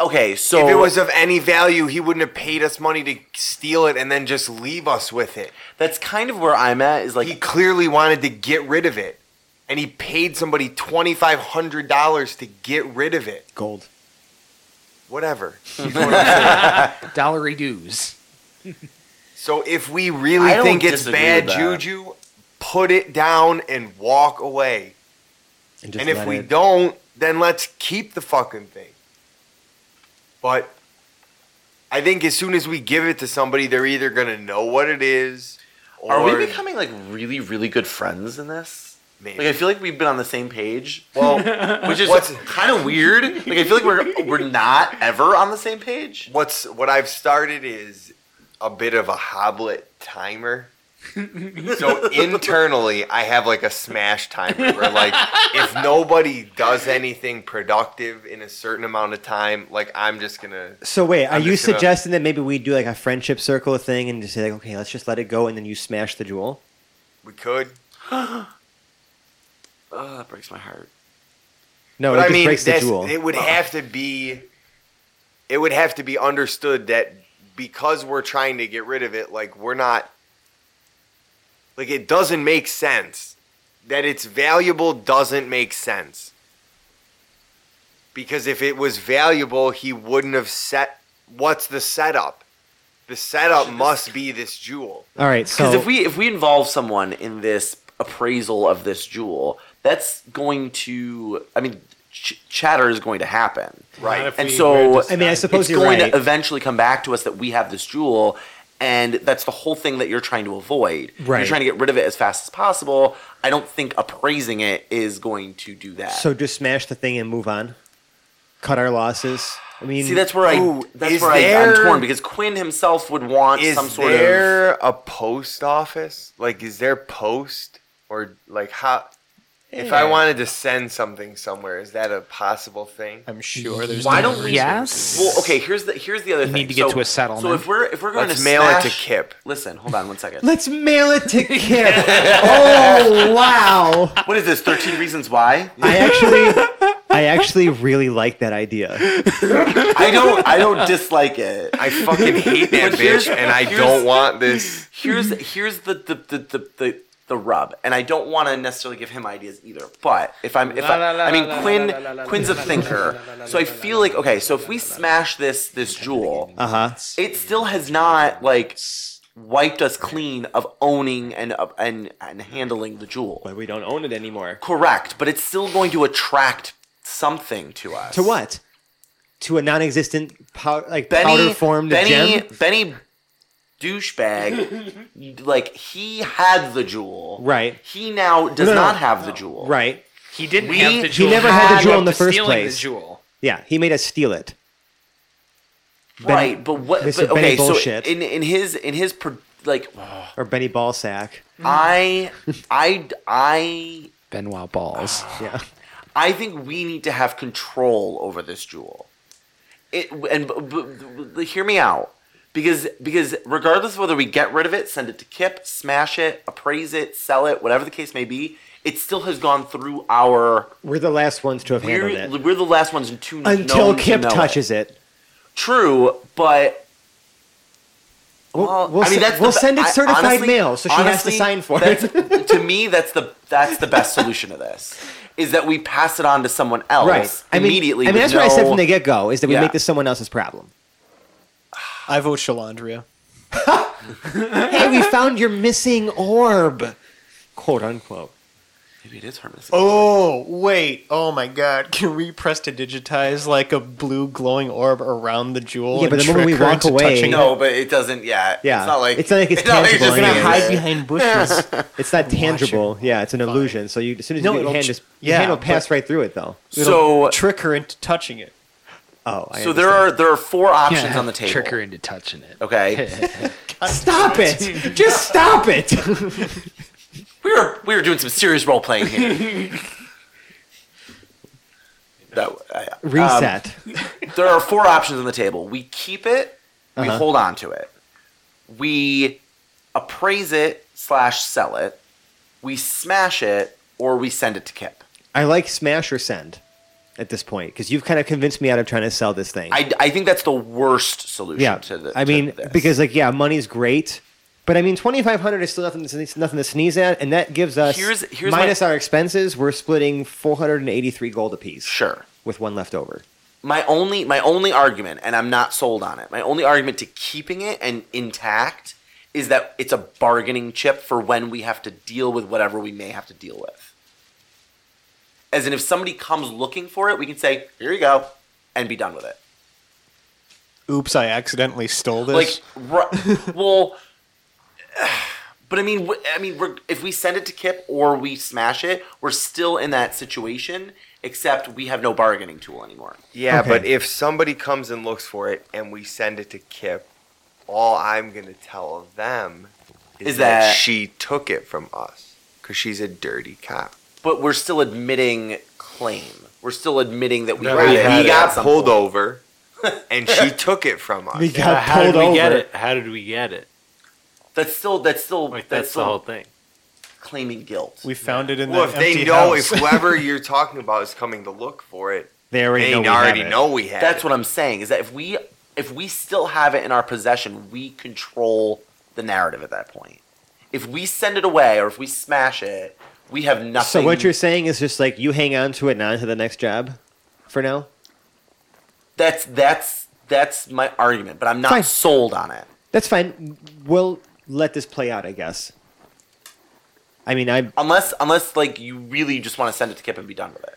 Speaker 3: Okay, so
Speaker 7: if it was of any value, he wouldn't have paid us money to steal it and then just leave us with it.
Speaker 3: that's kind of where I'm at. Is like
Speaker 7: he clearly wanted to get rid of it, and he paid somebody twenty five hundred dollars to get rid of it.
Speaker 2: Gold.
Speaker 7: Whatever.
Speaker 1: Dollary dues.
Speaker 7: so if we
Speaker 3: I
Speaker 7: really
Speaker 3: don't
Speaker 7: think it's
Speaker 3: disagree
Speaker 7: bad
Speaker 3: with that.
Speaker 7: juju, put it down and walk away.
Speaker 2: just
Speaker 7: and if
Speaker 2: let
Speaker 7: we
Speaker 2: it-
Speaker 7: don't, then let's keep the fucking thing. But I think as soon as we give it to somebody, they're either gonna know what it is. Or
Speaker 3: Are we becoming like really, really good friends in this?
Speaker 7: Maybe.
Speaker 3: Like I feel like we've been on the same page,
Speaker 7: well,
Speaker 3: which is
Speaker 7: What's-
Speaker 3: kind of weird. Like I feel like we're we're not ever on the same page.
Speaker 7: what's what I've started is a bit of a hoblet timer. so internally, I have like a smash timer where like if nobody does anything productive in a certain amount of time, like I'm just gonna.
Speaker 2: So wait, are
Speaker 7: I'm
Speaker 2: you
Speaker 7: just gonna-
Speaker 2: suggesting that maybe we do like a friendship circle thing and just say like, okay, let's just let it go, and then you smash the jewel?
Speaker 7: We could.
Speaker 3: Oh, that breaks my heart.
Speaker 2: No, it
Speaker 7: But I
Speaker 2: just
Speaker 7: mean,
Speaker 2: breaks the
Speaker 7: that's-
Speaker 2: jewel.
Speaker 7: it would have to be. It would have to be understood that because we're trying to get rid of it, like we're not. Like it doesn't make sense. That it's valuable doesn't make sense. Because if it was valuable, he wouldn't have set. What's the setup? The setup must be this jewel.
Speaker 2: All right, so
Speaker 3: Because if we if we involve someone in this appraisal of this jewel, that's going to. I mean, ch- chatter is going to happen,
Speaker 7: Right.
Speaker 3: and so
Speaker 2: I mean, I suppose
Speaker 3: it's
Speaker 2: you're
Speaker 3: going
Speaker 2: right.
Speaker 3: to eventually come back to us that we have this jewel and that's the whole thing that you're trying to avoid
Speaker 2: Right.
Speaker 3: you're trying to get rid of it as fast as possible i don't think appraising it is going to do that
Speaker 2: so just smash the thing and move on. Cut our losses. I mean,
Speaker 3: see that's where i
Speaker 7: Ooh,
Speaker 3: that's
Speaker 7: is
Speaker 3: where I, i'm
Speaker 7: there-
Speaker 3: torn because quinn himself would want
Speaker 7: Is
Speaker 3: some sort of
Speaker 7: there a post office? Like, is there post or like how? If I wanted to send something somewhere, is that a possible thing?
Speaker 4: I'm sure there's.
Speaker 3: why
Speaker 4: no
Speaker 3: don't we
Speaker 4: reason.
Speaker 1: Yes.
Speaker 3: well okay here's the here's the other thing
Speaker 1: need to get
Speaker 3: So-
Speaker 1: to a settlement.
Speaker 3: so if we're if we're going
Speaker 7: Let's
Speaker 3: to
Speaker 7: mail
Speaker 3: smash,
Speaker 7: it to Kip.
Speaker 3: listen hold on one second
Speaker 2: let's mail it to Kip. oh wow!
Speaker 3: what is this 13 reasons why
Speaker 2: I actually, I actually really like that idea.
Speaker 3: i don't i don't dislike it
Speaker 7: I fucking hate that
Speaker 3: But here's-
Speaker 7: bitch, and I
Speaker 3: here's-
Speaker 7: don't want this.
Speaker 3: here's here's the the the the, the the rub. And I don't want to necessarily give him ideas either. But if I'm, if
Speaker 1: La,
Speaker 3: I,
Speaker 1: la, la,
Speaker 3: I mean,
Speaker 1: la, la,
Speaker 3: Quinn,
Speaker 1: la, la, la,
Speaker 3: Quinn's a
Speaker 1: la, la, la,
Speaker 3: thinker.
Speaker 1: la, la,
Speaker 3: So I
Speaker 1: la, la,
Speaker 3: feel
Speaker 1: la,
Speaker 3: like
Speaker 1: la,
Speaker 3: okay,
Speaker 1: la,
Speaker 3: so
Speaker 1: la,
Speaker 3: if we
Speaker 1: la, la, la.
Speaker 3: smash this this jewel,
Speaker 2: Uh huh.
Speaker 5: Uh-huh.
Speaker 3: it still has not like wiped us clean of owning and of and and handling the jewel.
Speaker 2: But we don't own it anymore.
Speaker 3: Correct, but it's still going to attract something to us.
Speaker 2: To what? To a non-existent pow- like
Speaker 3: Benny,
Speaker 2: powder formed
Speaker 3: Benny,
Speaker 2: gem.
Speaker 3: Benny douchebag, like he had the jewel.
Speaker 2: Right.
Speaker 3: He now does
Speaker 2: No, no,
Speaker 3: not
Speaker 2: no.
Speaker 3: have the jewel.
Speaker 2: Right.
Speaker 1: He didn't
Speaker 3: We-
Speaker 1: have the
Speaker 3: he
Speaker 1: jewel.
Speaker 2: never had the
Speaker 1: He
Speaker 2: jewel in
Speaker 1: ended
Speaker 2: the
Speaker 1: up
Speaker 2: first
Speaker 1: stealing
Speaker 2: place.
Speaker 1: The jewel.
Speaker 2: Yeah. He made us steal it. Benny-
Speaker 3: Right, but what?
Speaker 2: Mr.
Speaker 3: But,
Speaker 2: Benny
Speaker 3: okay,
Speaker 2: Bullshit.
Speaker 3: so in in his in his pro- like,
Speaker 2: Or Benny Ballsack.
Speaker 3: I I I
Speaker 1: Benoit balls.
Speaker 3: Ah,
Speaker 2: Yeah.
Speaker 3: I think we need to have control over this jewel. It and b- b- b- hear me out because because regardless of whether we get rid of it, send it to Kip, smash it, appraise it, sell it, whatever the case may be, it still has gone through our.
Speaker 2: We're the last ones to have
Speaker 3: We're,
Speaker 2: handled it.
Speaker 3: we're the last ones to know-
Speaker 2: Until
Speaker 3: to
Speaker 2: Kip
Speaker 3: know
Speaker 2: touches it.
Speaker 3: True, but
Speaker 2: We'll,
Speaker 3: Well,
Speaker 2: we'll
Speaker 3: I mean,
Speaker 2: se-
Speaker 3: that's the
Speaker 2: we'll
Speaker 3: be-
Speaker 2: send it
Speaker 3: I-
Speaker 2: certified
Speaker 3: honestly-
Speaker 2: mail, so she has to
Speaker 3: honestly,
Speaker 2: sign for
Speaker 3: that's-
Speaker 2: it.
Speaker 3: to me, that's the that's the best solution to this is that we pass it on to someone else
Speaker 2: right. I mean,
Speaker 3: immediately.
Speaker 2: I mean,
Speaker 3: with
Speaker 2: that's what I said
Speaker 3: no-
Speaker 2: from the get-go: is that we
Speaker 3: Yeah.
Speaker 2: make this someone else's problem.
Speaker 5: I vote Shalandria.
Speaker 2: hey, we found your missing orb, quote unquote.
Speaker 3: Maybe it is harmless.
Speaker 5: Oh wait! Oh my God! Can we press to digitize like a blue glowing orb around the jewel?
Speaker 2: Yeah, but
Speaker 5: and
Speaker 2: the moment we
Speaker 5: trick her
Speaker 2: walk
Speaker 5: into
Speaker 2: away-
Speaker 5: touching it?
Speaker 3: No, but it doesn't. Yeah,
Speaker 2: Yeah,
Speaker 3: It's not like
Speaker 2: it's not like it's tangible
Speaker 3: just
Speaker 2: anymore.
Speaker 3: gonna
Speaker 2: Hide
Speaker 3: hide behind.
Speaker 5: behind bushes.
Speaker 2: It's not tangible. Yeah, it's an illusion. So you, as soon as
Speaker 5: No,
Speaker 2: you do your
Speaker 5: it'll
Speaker 2: hand,
Speaker 5: ch-
Speaker 2: just
Speaker 5: yeah,
Speaker 2: your hand will
Speaker 5: but-
Speaker 2: pass right through it, though.
Speaker 3: So
Speaker 5: trick her into touching it.
Speaker 2: Oh, I
Speaker 3: so there are there are four options on the table.
Speaker 1: Trick her into touching it.
Speaker 3: Okay,
Speaker 2: Stop it! Just stop it!
Speaker 3: we were we were doing some serious role playing here. that I-
Speaker 2: Reset.
Speaker 3: there are four options on the table. We keep it, we
Speaker 2: Uh-huh.
Speaker 3: hold on to it, we appraise it slash sell it, we smash it, or we send it to Kip.
Speaker 2: I like smash or send at this point because you've kind of convinced me out of trying to sell this thing.
Speaker 3: I, I think that's the worst solution
Speaker 2: yeah,
Speaker 3: to the.
Speaker 2: I
Speaker 3: to
Speaker 2: mean,
Speaker 3: this.
Speaker 2: because like yeah, money's great, but I mean, twenty five hundred is still nothing. To, sneeze- nothing to sneeze at, and that gives us
Speaker 3: Here's- here's my-
Speaker 2: minus our expenses. We're splitting four hundred and eighty three gold apiece.
Speaker 3: sure,
Speaker 2: with one left over.
Speaker 3: my only my only argument, and I'm not sold on it. My only argument to keeping it and intact is that it's a bargaining chip for when we have to deal with whatever we may have to deal with. As in, if somebody comes looking for it, we can say, "Here you go," and be done with it.
Speaker 5: Oops! I accidentally stole this.
Speaker 3: Like, ru- well, but I mean, wh- I mean, we're, if we send it to Kip or we smash it, we're still in that situation, except we have no bargaining tool anymore.
Speaker 7: Yeah,
Speaker 2: Okay.
Speaker 7: but if somebody comes and looks for it and we send it to Kip, all I'm going to tell them is,
Speaker 3: Is
Speaker 7: that,
Speaker 3: that-
Speaker 7: she took it from us because she's a dirty cop.
Speaker 3: But we're still admitting claim. We're still admitting that we,
Speaker 6: No,
Speaker 3: had
Speaker 6: we
Speaker 7: We,
Speaker 3: it at
Speaker 7: got
Speaker 3: some
Speaker 7: pulled
Speaker 3: point.
Speaker 7: over and she took it from us.
Speaker 2: We
Speaker 6: But
Speaker 2: got
Speaker 6: how
Speaker 2: pulled
Speaker 6: did we
Speaker 2: over.
Speaker 6: get it? How did we get it?
Speaker 3: That's still that's still that's,
Speaker 6: Like that's the
Speaker 3: still
Speaker 6: whole thing.
Speaker 3: claiming guilt.
Speaker 5: we found it in
Speaker 7: well,
Speaker 5: the
Speaker 7: if they
Speaker 5: empty
Speaker 7: know
Speaker 5: house.
Speaker 7: if whoever you're talking about is coming to look for it,
Speaker 2: They already
Speaker 7: they
Speaker 2: know. we have
Speaker 7: already
Speaker 2: it.
Speaker 7: know we had
Speaker 3: that's
Speaker 7: it.
Speaker 3: what I'm saying is that if we if we still have it in our possession, we control the narrative at that point. If we send it away or if we smash it, we have nothing.
Speaker 2: So what you're saying is just like you hang on to it and on to the next job, for now.
Speaker 3: that's that's that's my argument, but I'm not
Speaker 2: Fine.
Speaker 3: sold on it.
Speaker 2: That's fine. We'll let this play out, I guess. I mean, I
Speaker 3: Unless unless like you really just want to send it to Kip and be done with it.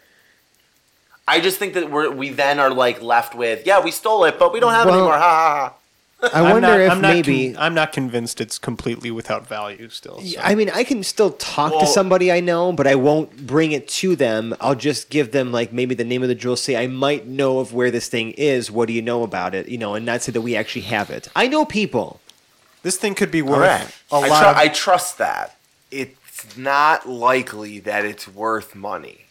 Speaker 3: I just think that we're we then are like left with yeah we stole it but we don't have it
Speaker 2: Well-
Speaker 3: anymore ha ha ha.
Speaker 2: I
Speaker 5: I'm
Speaker 2: wonder
Speaker 5: not,
Speaker 2: if
Speaker 5: I'm not
Speaker 2: maybe.
Speaker 5: con- I'm not convinced it's completely without value. Still, so.
Speaker 2: Yeah, I mean, I can still talk
Speaker 7: Well-
Speaker 2: to somebody I know, but I won't bring it to them. I'll just give them like maybe the name of the jewel. Say I might know of where this thing is. What do you know about it? You know, and not say that we actually have it. I know people.
Speaker 5: this thing could be worth
Speaker 3: I,
Speaker 5: a
Speaker 7: Alright.
Speaker 5: lot.
Speaker 3: tru-
Speaker 5: of,
Speaker 3: I trust that.
Speaker 7: It's not likely that it's worth money.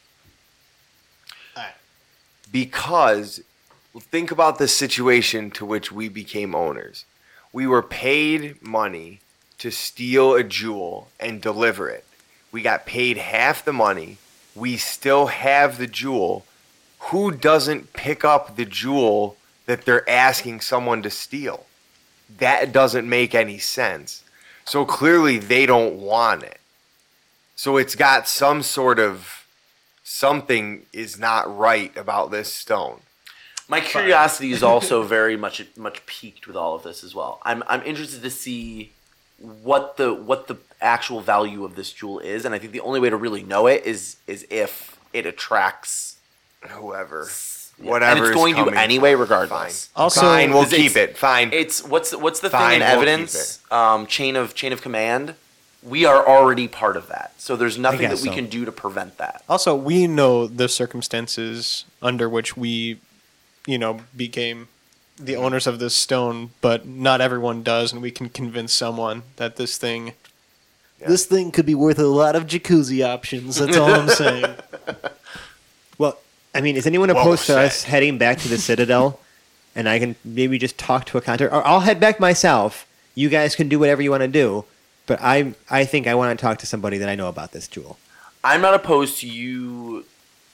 Speaker 7: Because think about the situation to which we became owners. We were paid money to steal a jewel and deliver it. We got paid half the money. We still have the jewel. Who doesn't pick up the jewel that they're asking someone to steal? That doesn't make any sense. So clearly they don't want it. So it's got some sort of something is not right about this stone.
Speaker 3: My curiosity is also very much much piqued with all of this as well. I'm I'm interested to see what the what the actual value of this jewel is, and I think the only way to really know it is is if it attracts
Speaker 7: Whoever,
Speaker 3: and
Speaker 7: whatever,
Speaker 3: it's
Speaker 7: is
Speaker 3: going to
Speaker 7: coming.
Speaker 3: anyway, regardless.
Speaker 5: Also,
Speaker 7: Fine, we'll
Speaker 3: It's- it's-
Speaker 7: keep it. Fine.
Speaker 3: It's what's what's the
Speaker 7: Fine,
Speaker 3: thing in
Speaker 7: we'll keep
Speaker 3: evidence? Um, chain of chain of command. We are already part of that, so there's nothing that
Speaker 5: guess
Speaker 3: we
Speaker 5: so.
Speaker 3: can do to prevent that.
Speaker 5: Also, we know the circumstances under which we, you know, became the owners of this stone, but not everyone does, and we can convince someone that this thing. This thing could be worth a lot of jacuzzi options. That's all I'm saying.
Speaker 2: Well, I mean, is anyone opposed to us heading back to the Citadel? and I can maybe just talk to a contact, or I'll head back myself. You guys can do whatever you want to do, but I, I think I want to talk to somebody that I know about this jewel.
Speaker 3: I'm not opposed to you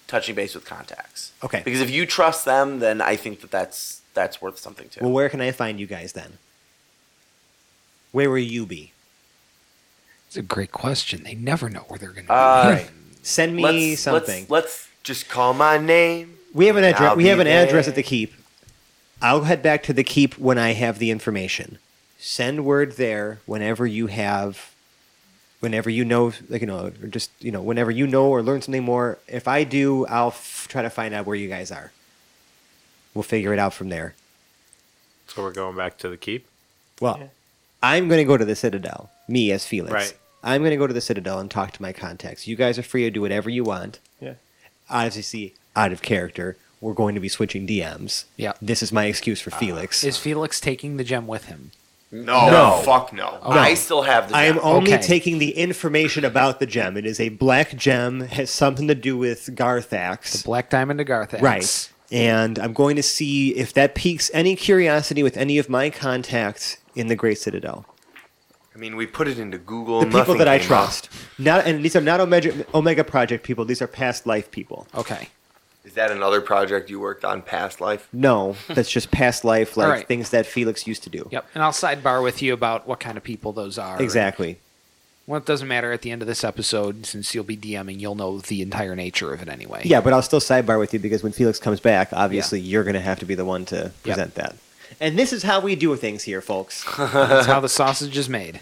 Speaker 3: touching base with contacts.
Speaker 2: Okay.
Speaker 3: Because if you trust them, then I think that that's that's worth something too.
Speaker 2: Well, where can I find you guys then? Where will you be?
Speaker 1: It's a great question. They never know where they're going to
Speaker 3: Uh,
Speaker 1: be.
Speaker 3: right.
Speaker 2: Send me
Speaker 3: let's,
Speaker 2: something.
Speaker 3: Let's, let's
Speaker 7: Just call my name.
Speaker 2: we have an
Speaker 7: and
Speaker 2: address.
Speaker 7: I'll
Speaker 2: We
Speaker 7: be
Speaker 2: have an address at
Speaker 7: there.
Speaker 2: the keep. I'll head back to the keep when I have the information. Send word there whenever you have, whenever you know, like you know, or just you know, whenever you know or learn something more. If I do, I'll f- try to find out where you guys are. We'll figure it out from there.
Speaker 6: So we're going back to the keep.
Speaker 2: Well, I'm going to go to the Citadel. Me as Felix.
Speaker 6: Right.
Speaker 2: I'm going to go to the Citadel and talk to my contacts. You guys are free to do whatever you want.
Speaker 5: Yeah.
Speaker 2: Obviously, out of character, we're going to be switching DMs.
Speaker 1: Yeah.
Speaker 2: This is my excuse for Felix.
Speaker 1: Is Felix taking the gem with him?
Speaker 7: No,
Speaker 2: No.
Speaker 7: fuck no.
Speaker 3: I still have the
Speaker 2: I am
Speaker 3: gem.
Speaker 2: only
Speaker 1: Okay.
Speaker 2: taking the information about the gem. It is a black gem, has something to do with Garthax.
Speaker 1: Black Diamond to Garth.
Speaker 2: Right. And I'm going to see if that piques any curiosity with any of my contacts in the Great Citadel.
Speaker 7: I mean, we put it into Google.
Speaker 2: the people
Speaker 7: nothing
Speaker 2: that I
Speaker 7: came up.
Speaker 2: trust. Not and these are not Omega, Omega Project people. These are past life people.
Speaker 1: Okay.
Speaker 7: Is that another project you worked on past life?
Speaker 2: No, that's just past life, like
Speaker 1: All right.
Speaker 2: things that Felix used to do.
Speaker 1: Yep. And I'll sidebar with you about what kind of people those are.
Speaker 2: Exactly.
Speaker 1: Well, it doesn't matter at the end of this episode since you'll be DMing, you'll know the entire nature of it anyway.
Speaker 2: Yeah, but I'll still sidebar with you because when Felix comes back, obviously you're going to have to be the one to present that. And this is how we do things here, folks.
Speaker 1: That's how the sausage is made.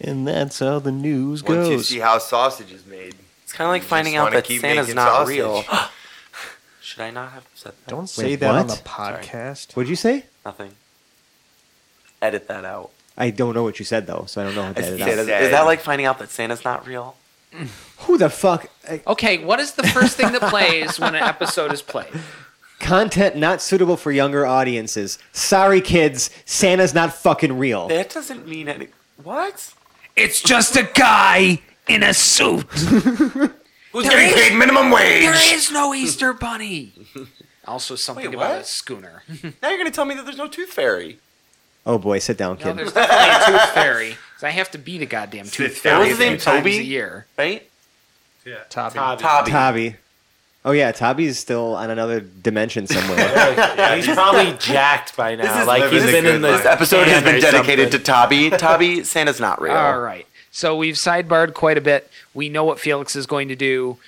Speaker 5: And that's how the news
Speaker 7: Once you
Speaker 5: goes.
Speaker 7: see how sausage is made,
Speaker 3: It's kind of like
Speaker 7: You
Speaker 3: finding
Speaker 7: just
Speaker 3: out
Speaker 7: wanna
Speaker 3: that
Speaker 7: keep
Speaker 3: Santa's
Speaker 7: making
Speaker 3: not
Speaker 7: sausage.
Speaker 3: real. Should I not have said that?
Speaker 5: Don't say
Speaker 2: Wait,
Speaker 5: that on the
Speaker 2: what?
Speaker 5: podcast.
Speaker 2: What'd you say?
Speaker 3: Nothing. Edit that out.
Speaker 2: I don't know what you said though, so I don't know how to
Speaker 3: Is,
Speaker 2: edit
Speaker 3: is-
Speaker 2: out.
Speaker 3: is that like finding out that Santa's not real?
Speaker 2: Who the fuck? Uh,
Speaker 1: Okay, what is the first thing that plays when an episode is played?
Speaker 2: Content not suitable for younger audiences. Sorry, kids. Santa's not fucking real.
Speaker 3: That doesn't mean any. What?
Speaker 1: It's just a guy in a suit.
Speaker 3: Who's getting paid minimum wage?
Speaker 1: is no Easter Bunny. Also, something
Speaker 3: Wait,
Speaker 1: about
Speaker 3: what?
Speaker 1: a schooner.
Speaker 3: Now you're gonna tell me that there's no tooth fairy.
Speaker 2: Oh boy, sit down,
Speaker 1: No,
Speaker 2: kid.
Speaker 1: there's definitely a tooth fairy. 'Cause I have to be the goddamn tooth fairy.
Speaker 7: down. What was his
Speaker 1: a few
Speaker 3: name,
Speaker 1: times
Speaker 3: Toby?
Speaker 1: A year.
Speaker 3: Right?
Speaker 5: Toby.
Speaker 3: Tobby.
Speaker 2: Tabby. Oh yeah, Tabby's still on another dimension somewhere.
Speaker 6: Yeah, he's probably jacked by now. like
Speaker 7: living
Speaker 6: he's
Speaker 7: the
Speaker 6: been
Speaker 7: good
Speaker 6: in the
Speaker 7: life.
Speaker 3: This episode has been
Speaker 6: Damn, there's
Speaker 3: dedicated to Tobby. Tobby, Santa's not real.
Speaker 1: All
Speaker 6: Ah,
Speaker 1: right. So we've sidebarred quite a bit. We know what Felix is going to do.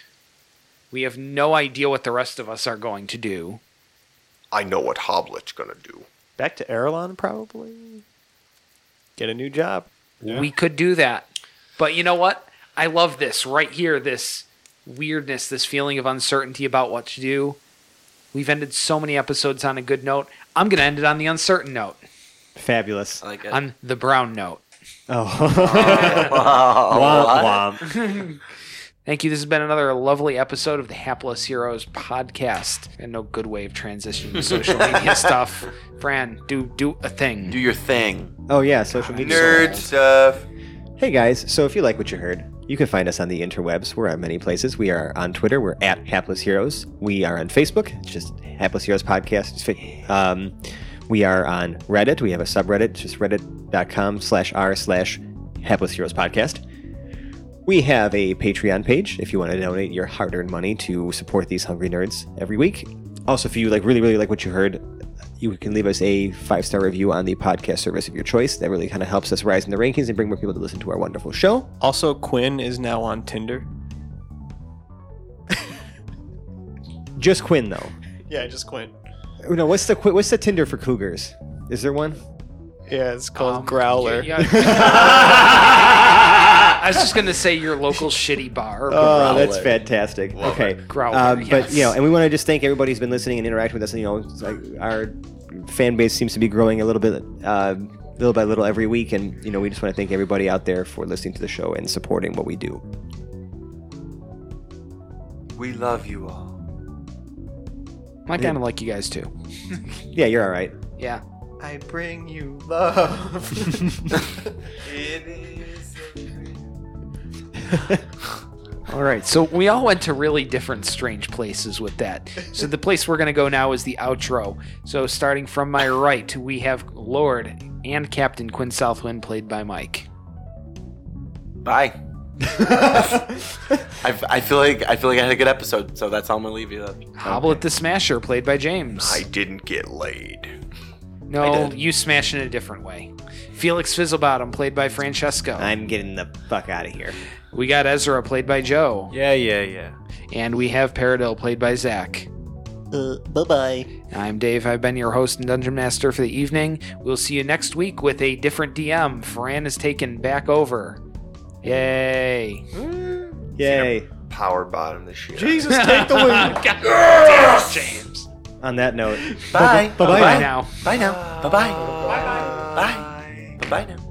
Speaker 1: We have no idea what the rest of us are going to do.
Speaker 7: I know what Hoblet's gonna do.
Speaker 5: Back to Erelon, probably. Get a new job.
Speaker 1: We could do that. But you know what? I love this right here this weirdness, this feeling of uncertainty about what to do. We've ended so many episodes on a good note. I'm going to end it on the uncertain note,
Speaker 2: Fabulous.
Speaker 3: I like it.
Speaker 1: on the brown note.
Speaker 2: Oh. Womp womp.
Speaker 1: Thank you. This has been another lovely episode of the Hapless Heroes podcast. And no good way of transitioning to social media stuff. Fran, do do a thing.
Speaker 3: Do your thing.
Speaker 2: Oh yeah, social media.
Speaker 7: Nerd stuff.
Speaker 2: Hey guys, so if you like what you heard, you can find us on the interwebs. We're at many places. We are on Twitter. We're at Hapless Heroes. We are on Facebook. It's just Hapless Heroes Podcast. It's fa- Um, we are on Reddit. We have a subreddit. It's just reddit.com slash r slash Hapless Heroes Podcast. We have a Patreon page if you want to donate your hard-earned money to support these hungry nerds every week. Also, if you like really, really like what you heard, you can leave us a five star review on the podcast service of your choice. That really kind of helps us rise in the rankings and bring more people to listen to our wonderful show.
Speaker 5: Also, Quinn is now on Tinder.
Speaker 2: Just Quinn though.
Speaker 5: Yeah, just Quinn.
Speaker 2: No, what's the Qui- what's the Tinder for cougars? Is there one?
Speaker 5: Yeah, it's called
Speaker 1: Um,
Speaker 5: Growler.
Speaker 1: yeah, yeah. I was just gonna say your local shitty bar.
Speaker 2: Oh, that's fantastic. okay,
Speaker 1: Growler,
Speaker 2: Uh, But
Speaker 1: yes.
Speaker 2: you know, and we want to just thank everybody who's been listening and interacting with us. And, you know, it's like our fan base seems to be growing a little bit, uh, little by little every week. And you know, we just want to thank everybody out there for listening to the show and supporting what we do.
Speaker 7: We love you all.
Speaker 1: I kind of like you guys too.
Speaker 2: Yeah, you're all right.
Speaker 1: Yeah.
Speaker 5: I bring you love.
Speaker 7: It is.
Speaker 1: All right. So we all went to really different strange places with that. So the place we're gonna go now is the outro. So starting from my right, we have Lord and Captain Quinn Southwind, played by Mike.
Speaker 3: Bye. I, I feel like I feel like I had a good episode, so that's how I'm gonna leave you. Though.
Speaker 1: Hobble at the Smasher, played by James.
Speaker 7: I didn't get laid.
Speaker 1: no,
Speaker 3: did.
Speaker 1: you smash in a different way. Felix Fizzlebottom, played by Francesco.
Speaker 2: I'm getting the fuck out of here.
Speaker 1: we got Ezra, played by Joe.
Speaker 6: Yeah, yeah, yeah.
Speaker 1: And we have Paradil, played by Zach.
Speaker 4: Uh, bye bye.
Speaker 1: I'm Dave. I've been your host and dungeon master for the evening. We'll see you next week with a different DM. Fran is taken back over. Yay!
Speaker 2: Yay!
Speaker 7: Power bottom this year.
Speaker 5: Jesus, take the win.
Speaker 1: James.
Speaker 2: On that note.
Speaker 3: Bye.
Speaker 1: Bye
Speaker 2: Bye.
Speaker 1: now.
Speaker 3: Bye now. Bye bye. Bye bye. Bye bye now.